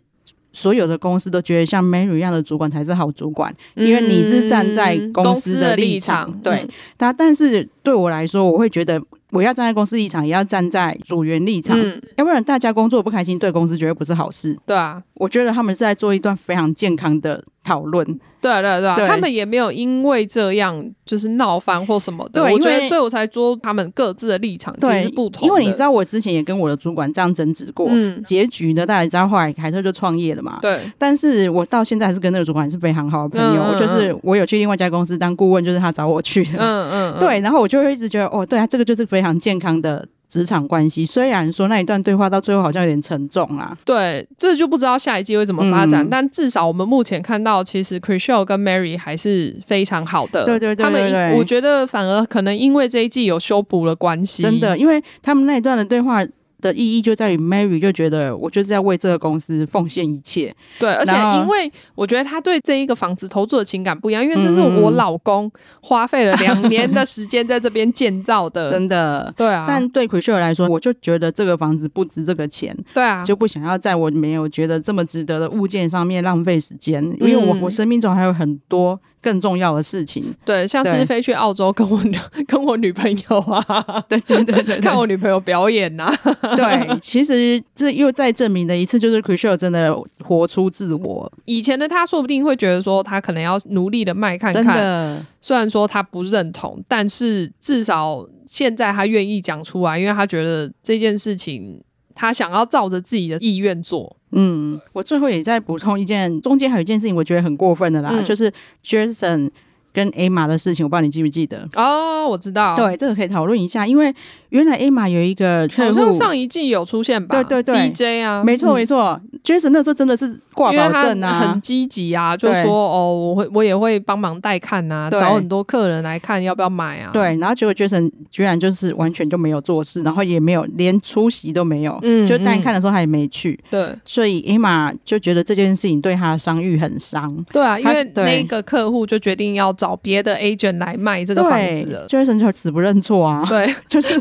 [SPEAKER 3] 所有的公司都觉得像 Mary 一样的主管才是好主管，因为你是站在
[SPEAKER 2] 嗯
[SPEAKER 3] 公司
[SPEAKER 2] 司的
[SPEAKER 3] 的
[SPEAKER 2] 立
[SPEAKER 3] 立
[SPEAKER 2] 场
[SPEAKER 3] 场，对他、但是对我来说，我会觉得。我要站在公司立场，也要站在组员立场，
[SPEAKER 2] 嗯，
[SPEAKER 3] 要不然大家工作不开心，对公司绝对不是好事。
[SPEAKER 2] 对啊。
[SPEAKER 3] 我觉得他们是在做一段非常健康的讨论，
[SPEAKER 2] 对啊对啊对啊，
[SPEAKER 3] 对
[SPEAKER 2] 他们也没有因为这样就是闹翻或什么的。
[SPEAKER 3] 对
[SPEAKER 2] 我觉
[SPEAKER 3] 因
[SPEAKER 2] 得，
[SPEAKER 3] 为
[SPEAKER 2] 所以我才说他们各自的立场其实
[SPEAKER 3] 对，
[SPEAKER 2] 是不同的。
[SPEAKER 3] 因为你知道，我之前也跟我的主管这样争执过，
[SPEAKER 2] 嗯，
[SPEAKER 3] 结局呢，大家也知道，后来凯特就创业了嘛。
[SPEAKER 2] 对，
[SPEAKER 3] 但是我到现在还是跟那个主管是非常好的朋友，
[SPEAKER 2] 嗯嗯嗯
[SPEAKER 3] 我就是我有去另外一家公司当顾问，就是他找我去的。
[SPEAKER 2] 嗯嗯，嗯，
[SPEAKER 3] 对，然后我就会一直觉得，哦，对啊，这个就是非常健康的职场关系。虽然说那一段对话到最后好像有点沉重啊啦，
[SPEAKER 2] 对，这就不知道下一季会怎么发展，
[SPEAKER 3] 嗯
[SPEAKER 2] 但至少我们目前看到，其实 c r i s h e l 跟 Mary 还是非常好的。
[SPEAKER 3] 对对对
[SPEAKER 2] 他们
[SPEAKER 3] 对对
[SPEAKER 2] 一我觉得反而可能因为这一季有修补了关系，
[SPEAKER 3] 真的，因为他们那一段的对话。的意义就在于 Mary 就觉得我就是要为这个公司奉献一切，
[SPEAKER 2] 对，而且
[SPEAKER 3] 然后
[SPEAKER 2] 因为我觉得他对这一个房子投注的情感不一样，因为这是
[SPEAKER 3] 嗯嗯
[SPEAKER 2] 我老公花费了 两年的时间在这边建造的，
[SPEAKER 3] 真的。
[SPEAKER 2] 对呃啊，
[SPEAKER 3] 但对奎秀来说，我就觉得这个房子不值这个钱，
[SPEAKER 2] 对啊，
[SPEAKER 3] 就不想要在我没有觉得这么值得的物件上面浪费时间，因为我
[SPEAKER 2] 嗯
[SPEAKER 3] 我生命中还有很多更重要的事情。
[SPEAKER 2] 对，像是
[SPEAKER 3] 对
[SPEAKER 2] 飞去澳洲跟我跟我女 朋友啊，
[SPEAKER 3] 对对 对 对，
[SPEAKER 2] 看我女朋友表演呐、啊，
[SPEAKER 3] 对， 其实这又再证明了一次，就是 c r i s h e l 真的活出自我，
[SPEAKER 2] 以前的他说不定会觉得说他可能要努力的卖看
[SPEAKER 3] 真
[SPEAKER 2] 看，
[SPEAKER 3] 的
[SPEAKER 2] 虽然说他不认同，但是至少现在他愿意讲出来，因为他觉得这件事情他想要照着自己的意愿做。
[SPEAKER 3] 嗯，我最后也在补充一件，中间还有一件事情，我觉得很过分的啦，
[SPEAKER 2] 嗯
[SPEAKER 3] 就是 Jason 跟 Emma 的事情，我不知道你记不记得。
[SPEAKER 2] 哦，我知道，，
[SPEAKER 3] 对，这个可以讨论一下，因为原来 Emma 有一个客
[SPEAKER 2] 好
[SPEAKER 3] 户，
[SPEAKER 2] 像上一季有出现吧？
[SPEAKER 3] 对对对
[SPEAKER 2] ，DJ 啊，
[SPEAKER 3] 没错
[SPEAKER 2] 嗯
[SPEAKER 3] 没错、j a s o n 那时候真的是挂
[SPEAKER 2] 因为
[SPEAKER 3] 保
[SPEAKER 2] 他
[SPEAKER 3] 证啊，
[SPEAKER 2] 很积极啊，就
[SPEAKER 3] 对
[SPEAKER 2] 说哦，我会我也会帮忙代看啊，
[SPEAKER 3] 对
[SPEAKER 2] 找很多客人来看要不要买啊。，
[SPEAKER 3] 对，然后结果 Jason 居然就是完全就没有做事，然后也没有连出席都没有，
[SPEAKER 2] 嗯
[SPEAKER 3] 就但看的时候他也没去，
[SPEAKER 2] 对
[SPEAKER 3] 所以 Emma 就觉得这件事情对他的商誉很伤。
[SPEAKER 2] 对啊，因
[SPEAKER 3] 他
[SPEAKER 2] 为
[SPEAKER 3] 对
[SPEAKER 2] 那个客户就决定要找别的 agent 来卖这个房子了。
[SPEAKER 3] ，Jason 就死不认错 啊！
[SPEAKER 2] 对，
[SPEAKER 3] 就是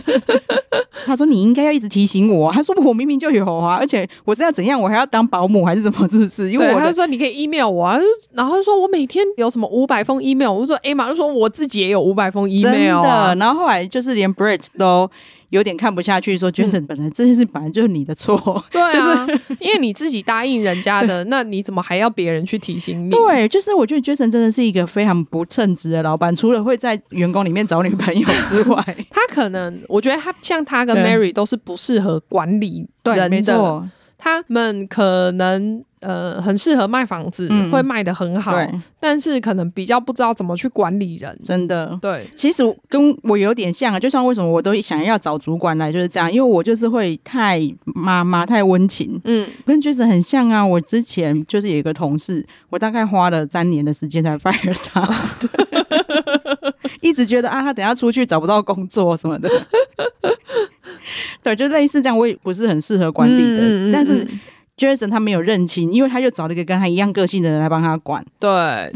[SPEAKER 3] 他说你应该要一直提醒我啊、他说我明明就有啊，而且我是要怎样，我还要当保姆还是怎么？是不是？因为
[SPEAKER 2] 对，
[SPEAKER 3] 我
[SPEAKER 2] 他就
[SPEAKER 3] 的
[SPEAKER 2] 说你可以 email 我啊，然后他就说我每天有什么五百封 email，我就说 Emma 就说我自己也有五百封
[SPEAKER 3] 真
[SPEAKER 2] email 啊
[SPEAKER 3] 的，，然后后来就是连 Brett 都有点看不下
[SPEAKER 2] 嗯
[SPEAKER 3] 去，说 Jason 本来这件事本来就是你的错，
[SPEAKER 2] 对啊，
[SPEAKER 3] 就是
[SPEAKER 2] 因为你自己答应人家 的，那你怎么还要别人去提醒你？，
[SPEAKER 3] 对，就是我觉得 Jason 真的是一个非常不称职的老板，除了会在员工里面找女朋友之外
[SPEAKER 2] 他可能，我觉得他像他跟
[SPEAKER 3] 对
[SPEAKER 2] Mary 都是不适合管理
[SPEAKER 3] 对，没
[SPEAKER 2] 人的，
[SPEAKER 3] 错，
[SPEAKER 2] 他们可能呃很适合卖房子，
[SPEAKER 3] 嗯
[SPEAKER 2] 会卖的很好，
[SPEAKER 3] 对，
[SPEAKER 2] 但是可能比较不知道怎么去管理人。
[SPEAKER 3] 真的。
[SPEAKER 2] 对，
[SPEAKER 3] 其实跟我有点像啊，就像为什么我都想要找主管来就是这样，因为我就是会太妈妈太温情，
[SPEAKER 2] 嗯，
[SPEAKER 3] 跟橘子很像啊。我之前就是有一个同事，我大概花了三年的时间才 fire 他，一直觉得啊，他等下出去找不到工作什么的。 对，就类似这样，我也不是很适合管理的，
[SPEAKER 2] 嗯嗯嗯
[SPEAKER 3] 但是
[SPEAKER 2] 嗯
[SPEAKER 3] Jason 他没有认清，因为他又找了一个跟他一样个性的人来帮他管。
[SPEAKER 2] 对，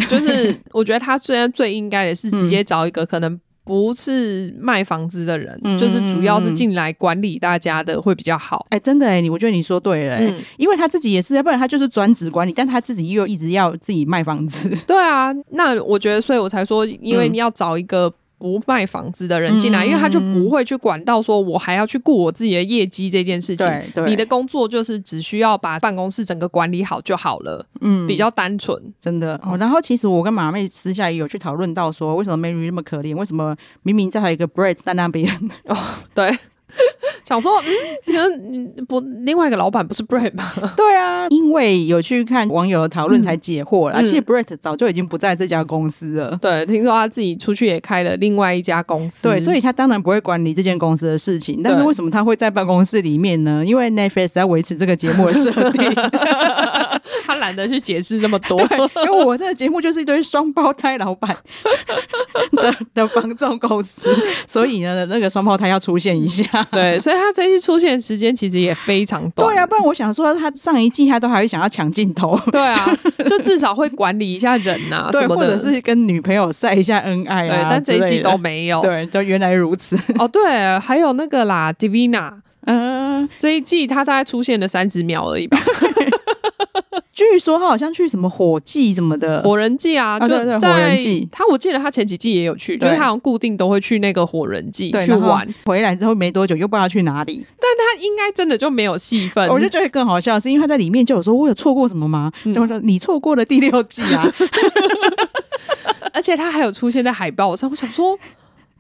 [SPEAKER 2] 就是 我觉得他虽然最应该的是
[SPEAKER 3] 嗯
[SPEAKER 2] 直接找一个可能不是卖房子的人，
[SPEAKER 3] 嗯
[SPEAKER 2] 就是主要
[SPEAKER 3] 嗯
[SPEAKER 2] 是
[SPEAKER 3] 嗯
[SPEAKER 2] 进来管理大家的会比较好。
[SPEAKER 3] 哎、真的哎、你我觉得你说对了、哎
[SPEAKER 2] 嗯，
[SPEAKER 3] 因为他自己也是，要不然他就是专职管理，但他自己又一直要自己卖房子。
[SPEAKER 2] 对啊，那我觉得，所以我才说，因为
[SPEAKER 3] 嗯
[SPEAKER 2] 你要找一个不卖房子的人进来，因为他就不会去管到说我还要去顾我自己的业绩这件事情。
[SPEAKER 3] 对对，
[SPEAKER 2] 你的工作就是只需要把办公室整个管理好就好了，
[SPEAKER 3] 嗯
[SPEAKER 2] 比较单纯。
[SPEAKER 3] 真的哦。然后其实我跟马妹私下也有去讨论到说，为什么 Mary 那么可怜？为什么明明在还有一个 Brett 在那 边？
[SPEAKER 2] 对， 想说，嗯，可能你不另外一个老板不是 Brad 吗？
[SPEAKER 3] 对啊，因为有去看网友的讨论才解惑啦。
[SPEAKER 2] 嗯
[SPEAKER 3] 其实 Brett 早就已经不在这家公司了。
[SPEAKER 2] 对，听说他自己出去也开了另外一家公司。
[SPEAKER 3] 对，所以他当然不会管理这间公司的事情，但是
[SPEAKER 2] 对
[SPEAKER 3] 为什么他会在办公室里面呢？因为 Netflix 在维持这个节目的设定，
[SPEAKER 2] 他懒得去解释那么多。
[SPEAKER 3] 因为我这个节目就是一堆双胞胎老板的的房仲公司，所以呢，那个双胞胎要出现一下。
[SPEAKER 2] 对，所以他这次出现的时间其实也非常短。
[SPEAKER 3] 对啊，不然我想说，他上一季他都还会想要抢镜 头，
[SPEAKER 2] 对啊，就至少会管理一下人呐、
[SPEAKER 3] 对，
[SPEAKER 2] 什么
[SPEAKER 3] 或者
[SPEAKER 2] 的。
[SPEAKER 3] 是跟女朋友晒一下恩爱
[SPEAKER 2] 对，
[SPEAKER 3] 啊，
[SPEAKER 2] 但这一季都。没有。
[SPEAKER 3] 对，就原来如 此。
[SPEAKER 2] 哦，对，还有那个啦，Divina
[SPEAKER 3] 嗯，
[SPEAKER 2] 这一季她大概出现了三十秒而已 吧，
[SPEAKER 3] 据说他好像去什么火祭什么的，
[SPEAKER 2] 火人季啊，
[SPEAKER 3] 啊
[SPEAKER 2] 就
[SPEAKER 3] 对对
[SPEAKER 2] 在
[SPEAKER 3] 火人祭
[SPEAKER 2] 她我记得她前几季也有去，就是
[SPEAKER 3] 对
[SPEAKER 2] 她好像固定都会去那个火人季
[SPEAKER 3] 对，
[SPEAKER 2] 去
[SPEAKER 3] 然后
[SPEAKER 2] 玩，
[SPEAKER 3] 回来之后没多久又不知道去哪里。
[SPEAKER 2] 她应该真的就没有戏份。
[SPEAKER 3] 我就觉得更好笑，是因为他在里面就有说：“我有错过什么吗？”
[SPEAKER 2] 嗯
[SPEAKER 3] 然后说：“你错过了第六季 啊。
[SPEAKER 2] 而且她还有出现在海报上，我想说。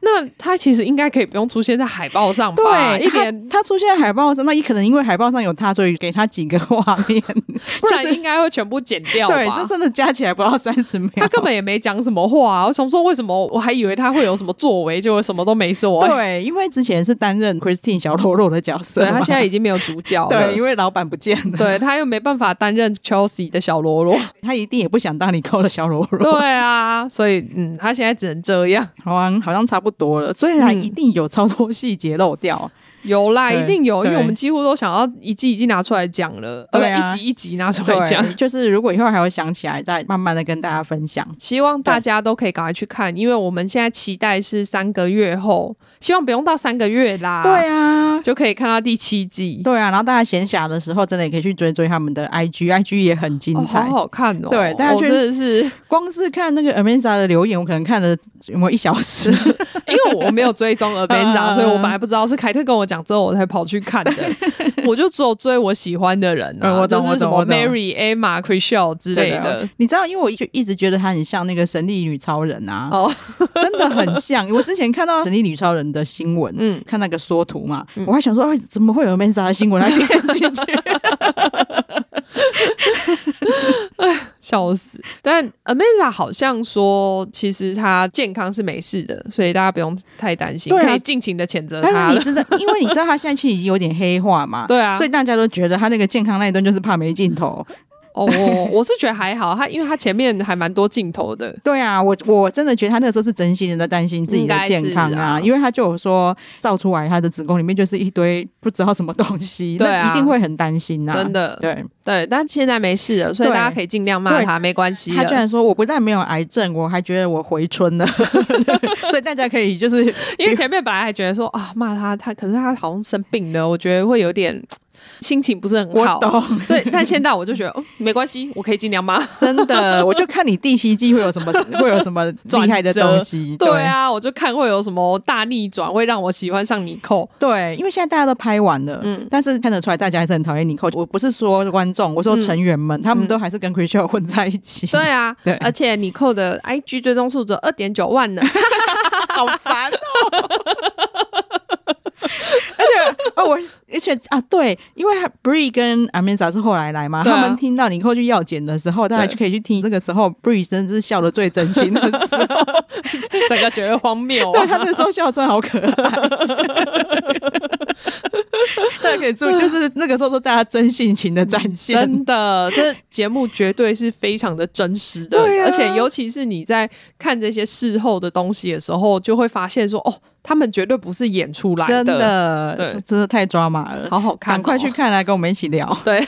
[SPEAKER 2] 那她其实应该可以不用出现在海报上”吧？一
[SPEAKER 3] 对，他
[SPEAKER 2] 点，
[SPEAKER 3] 他出现在海报上，那也可能因为海报上有他，所以给他几个画 面，
[SPEAKER 2] 不然
[SPEAKER 3] 就是
[SPEAKER 2] 应该会全部剪掉吧？
[SPEAKER 3] 对，就真的加起来不到三十秒。
[SPEAKER 2] 他根本也没讲什么话、啊我想说，为什么我还以为他会有什么作为，结果什么都没做、哎
[SPEAKER 3] 对，因为之前是担任 Christine 小喽啰的角色
[SPEAKER 2] 对
[SPEAKER 3] 嘛，
[SPEAKER 2] 他现在已经没有主角了。
[SPEAKER 3] 对，因为老板不见了，
[SPEAKER 2] 对他又没办法担任 Chelsea 的小喽啰。
[SPEAKER 3] 他一定也不想当你扣的小喽啰。
[SPEAKER 2] 对啊，所以嗯，他现在只能这样。
[SPEAKER 3] 好像好像差不多了，虽然
[SPEAKER 2] 嗯
[SPEAKER 3] 一定有超多细节漏掉，
[SPEAKER 2] 有啦，
[SPEAKER 3] 对
[SPEAKER 2] 一定有，因为
[SPEAKER 3] 对
[SPEAKER 2] 我们几乎都想要一季一季拿出来讲了，
[SPEAKER 3] 对啊
[SPEAKER 2] 呃一集一集拿出来讲。
[SPEAKER 3] 对，就是如果以后还会想起来，再慢慢的跟大家分享。
[SPEAKER 2] 希望大家都可以赶快去看，因为我们现在期待是三个月后，希望不用到三个月啦，
[SPEAKER 3] 对啊，
[SPEAKER 2] 就可以看到第七季，
[SPEAKER 3] 对啊，然后大家闲暇的时候，真的也可以去追追他们的 IG，IG 也很精
[SPEAKER 2] 哦，好
[SPEAKER 3] 彩。
[SPEAKER 2] 好看哦，
[SPEAKER 3] 对大家
[SPEAKER 2] 我
[SPEAKER 3] 去
[SPEAKER 2] 真 的是
[SPEAKER 3] 光是看那个 Amanda 的留言，我可能看了有没有一小时。
[SPEAKER 2] 因为我没有追踪 Avenger，
[SPEAKER 3] 嗯
[SPEAKER 2] 所以我本来不知道是凯特跟我讲之后，我才跑 去看的。我就只有追我喜欢的人、啊，
[SPEAKER 3] 嗯我懂
[SPEAKER 2] 就是什
[SPEAKER 3] 我懂我
[SPEAKER 2] 么
[SPEAKER 3] 懂
[SPEAKER 2] Mary、Emma、c r i s h e l 之类的。
[SPEAKER 3] 你知道，因为我一直一直觉得她很像那个神力女超人啊，
[SPEAKER 2] 哦，
[SPEAKER 3] 真的很像。我之前看到神力女超人的新闻，
[SPEAKER 2] 嗯，
[SPEAKER 3] 看那个缩图嘛，我还想说，哎，怎么会有 Amanda 的新闻来点进 去？
[SPEAKER 2] 笑死！但 Amanda 好像说，其实她健康是没事的，所以大家不用太担心，
[SPEAKER 3] 对啊
[SPEAKER 2] 可以尽情的谴责
[SPEAKER 3] 但
[SPEAKER 2] 她
[SPEAKER 3] 是你
[SPEAKER 2] 了。
[SPEAKER 3] 知道，因为你知道她现在其实已经有点黑化嘛，
[SPEAKER 2] 对啊
[SPEAKER 3] 所以大家都觉得她那个健康那一段就是怕没镜头。
[SPEAKER 2] 哦，我我是觉得还好，她因为她前面还蛮多镜头 的，
[SPEAKER 3] 对啊，我我真的觉得他那个时候是真心的在担心自己的健康
[SPEAKER 2] 应该是
[SPEAKER 3] 啊，
[SPEAKER 2] 啊
[SPEAKER 3] 因为他就有说造出来他的子宫里面就是一堆不知道什么东西，
[SPEAKER 2] 对啊
[SPEAKER 3] 那一定会很担心呐、
[SPEAKER 2] 真。的
[SPEAKER 3] 对，
[SPEAKER 2] 对。但现在没事了，所以
[SPEAKER 3] 对
[SPEAKER 2] 大家可以尽量骂
[SPEAKER 3] 对
[SPEAKER 2] 她，没关系
[SPEAKER 3] 他居
[SPEAKER 2] 的。
[SPEAKER 3] 然说我不但没有癌症，我还觉得我回 春了，所以大家可以就是
[SPEAKER 2] 因为前面本来还觉得说啊骂他，他可是他好像生病了，我觉得会有 点心情不是很
[SPEAKER 3] 我
[SPEAKER 2] 好。
[SPEAKER 3] 懂，
[SPEAKER 2] 所以，但现在我就觉得，哦，没关系，我可以尽量骂。
[SPEAKER 3] 真的，我就看你第七季会有什么会有什么厉害的东西，
[SPEAKER 2] 对。啊，我就看会有什么大逆转，会让我喜欢上尼寇。
[SPEAKER 3] 对，因为现在大家都拍完了，
[SPEAKER 2] 嗯
[SPEAKER 3] 但是看得出来大家还是很讨厌尼寇。我不是说观众，我说成员们，他们都还是跟 c h r i s t a l 混在一起。
[SPEAKER 2] 嗯对啊，
[SPEAKER 3] 对
[SPEAKER 2] 而且尼寇的 IG 追踪数只有二点九啊万呢。
[SPEAKER 3] 好烦哦。而且哦，我而且啊，对，因为他 Bree 跟 Amanda 是后来来嘛，
[SPEAKER 2] 对啊
[SPEAKER 3] 他们听到你以后去药检的时候，大家
[SPEAKER 2] 对
[SPEAKER 3] 就可以去听。这个时候 Bree 真的是笑的最真心的时候，
[SPEAKER 2] 整个觉得荒谬
[SPEAKER 3] 对
[SPEAKER 2] 啊！
[SPEAKER 3] 他那时候笑声好可爱。大家可以注意，就是那个时候是大家真性情的展现。
[SPEAKER 2] 真的，这节目绝对是非常的真实的，
[SPEAKER 3] 对啊
[SPEAKER 2] 而且尤其是你在看这些事后的东西的时候，就会发现说，哦，他们绝对不是演出来
[SPEAKER 3] 真
[SPEAKER 2] 的
[SPEAKER 3] 的
[SPEAKER 2] 对，
[SPEAKER 3] 真的太抓马了，
[SPEAKER 2] 好好看哦
[SPEAKER 3] 赶快去看啊来跟我们一起聊。
[SPEAKER 2] 对，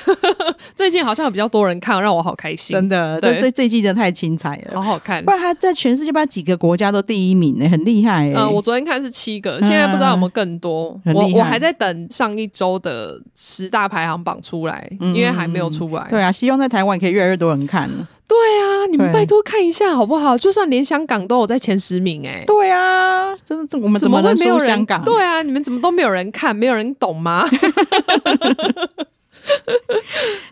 [SPEAKER 2] 最近好像有比较多人看，让我好开心，
[SPEAKER 3] 真的，
[SPEAKER 2] 对
[SPEAKER 3] 这这这一季真的太精彩了
[SPEAKER 2] 好。好看
[SPEAKER 3] 不。然他在全世界吧几个国家都第一名呢、很厉害、欸。
[SPEAKER 2] 呃，我昨天看是七个，现在不知道有没有更多。
[SPEAKER 3] 嗯很
[SPEAKER 2] 我
[SPEAKER 3] 厉害
[SPEAKER 2] 我还在等上一周的十大排行榜出来，
[SPEAKER 3] 嗯
[SPEAKER 2] 因为还没有出来。
[SPEAKER 3] 对啊，希望在台湾也可以越来越多人看。
[SPEAKER 2] 对啊，你们
[SPEAKER 3] 对
[SPEAKER 2] 拜托看一下好不好？就算连香港都有在前十名、欸，哎，
[SPEAKER 3] 对啊，真的，这我们
[SPEAKER 2] 怎
[SPEAKER 3] 么
[SPEAKER 2] 会
[SPEAKER 3] 能
[SPEAKER 2] 没有
[SPEAKER 3] 输
[SPEAKER 2] 人？
[SPEAKER 3] 香港？
[SPEAKER 2] 对啊，你们怎么都没有人看，没有人懂 吗？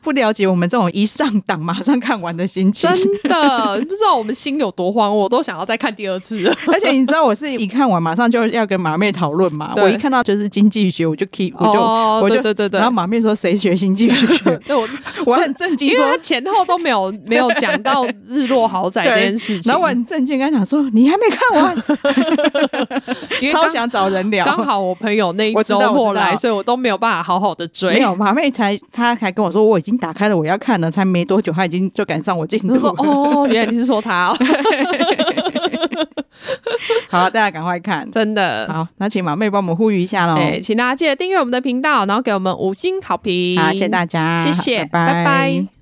[SPEAKER 3] 不了解我们这种一上档马上看完的心情
[SPEAKER 2] 真。的，不知道我们心有多慌，我都想要再看第二次了。
[SPEAKER 3] 而且你知道我是一看完马上就要跟马妹讨论嘛，
[SPEAKER 2] 对
[SPEAKER 3] 我一看到就是经济学，我就 keep，我就、
[SPEAKER 2] 哦
[SPEAKER 3] 我就
[SPEAKER 2] 对对对对？
[SPEAKER 3] 然后马妹说谁学经济学
[SPEAKER 2] 对我，
[SPEAKER 3] 我很震惊
[SPEAKER 2] 因为
[SPEAKER 3] 说
[SPEAKER 2] 他前后都没有没有讲到日落豪宅 这件事情，
[SPEAKER 3] 然后我很震惊，跟他讲说你还没看完，
[SPEAKER 2] 因为
[SPEAKER 3] 超
[SPEAKER 2] 刚
[SPEAKER 3] 想找人聊。
[SPEAKER 2] 刚好我朋友那一
[SPEAKER 3] 我知
[SPEAKER 2] 周
[SPEAKER 3] 道我
[SPEAKER 2] 末
[SPEAKER 3] 知道
[SPEAKER 2] 来，所以我都没有办法好好的
[SPEAKER 3] 没
[SPEAKER 2] 追。
[SPEAKER 3] 有马妹才，她还跟我说我已经打开了，我要看了，才没多久，她已经就赶上我进度
[SPEAKER 2] 就说
[SPEAKER 3] 了。
[SPEAKER 2] 哦，原来你是说他哦，
[SPEAKER 3] 好，大家赶快看。
[SPEAKER 2] 真的。
[SPEAKER 3] 好，那请马妹帮我们呼吁一下喽。
[SPEAKER 2] 哎、请大家记得订阅我们的频道，然后给我们五星好评。
[SPEAKER 3] 好，谢谢大家，
[SPEAKER 2] 谢谢，
[SPEAKER 3] 拜
[SPEAKER 2] 拜拜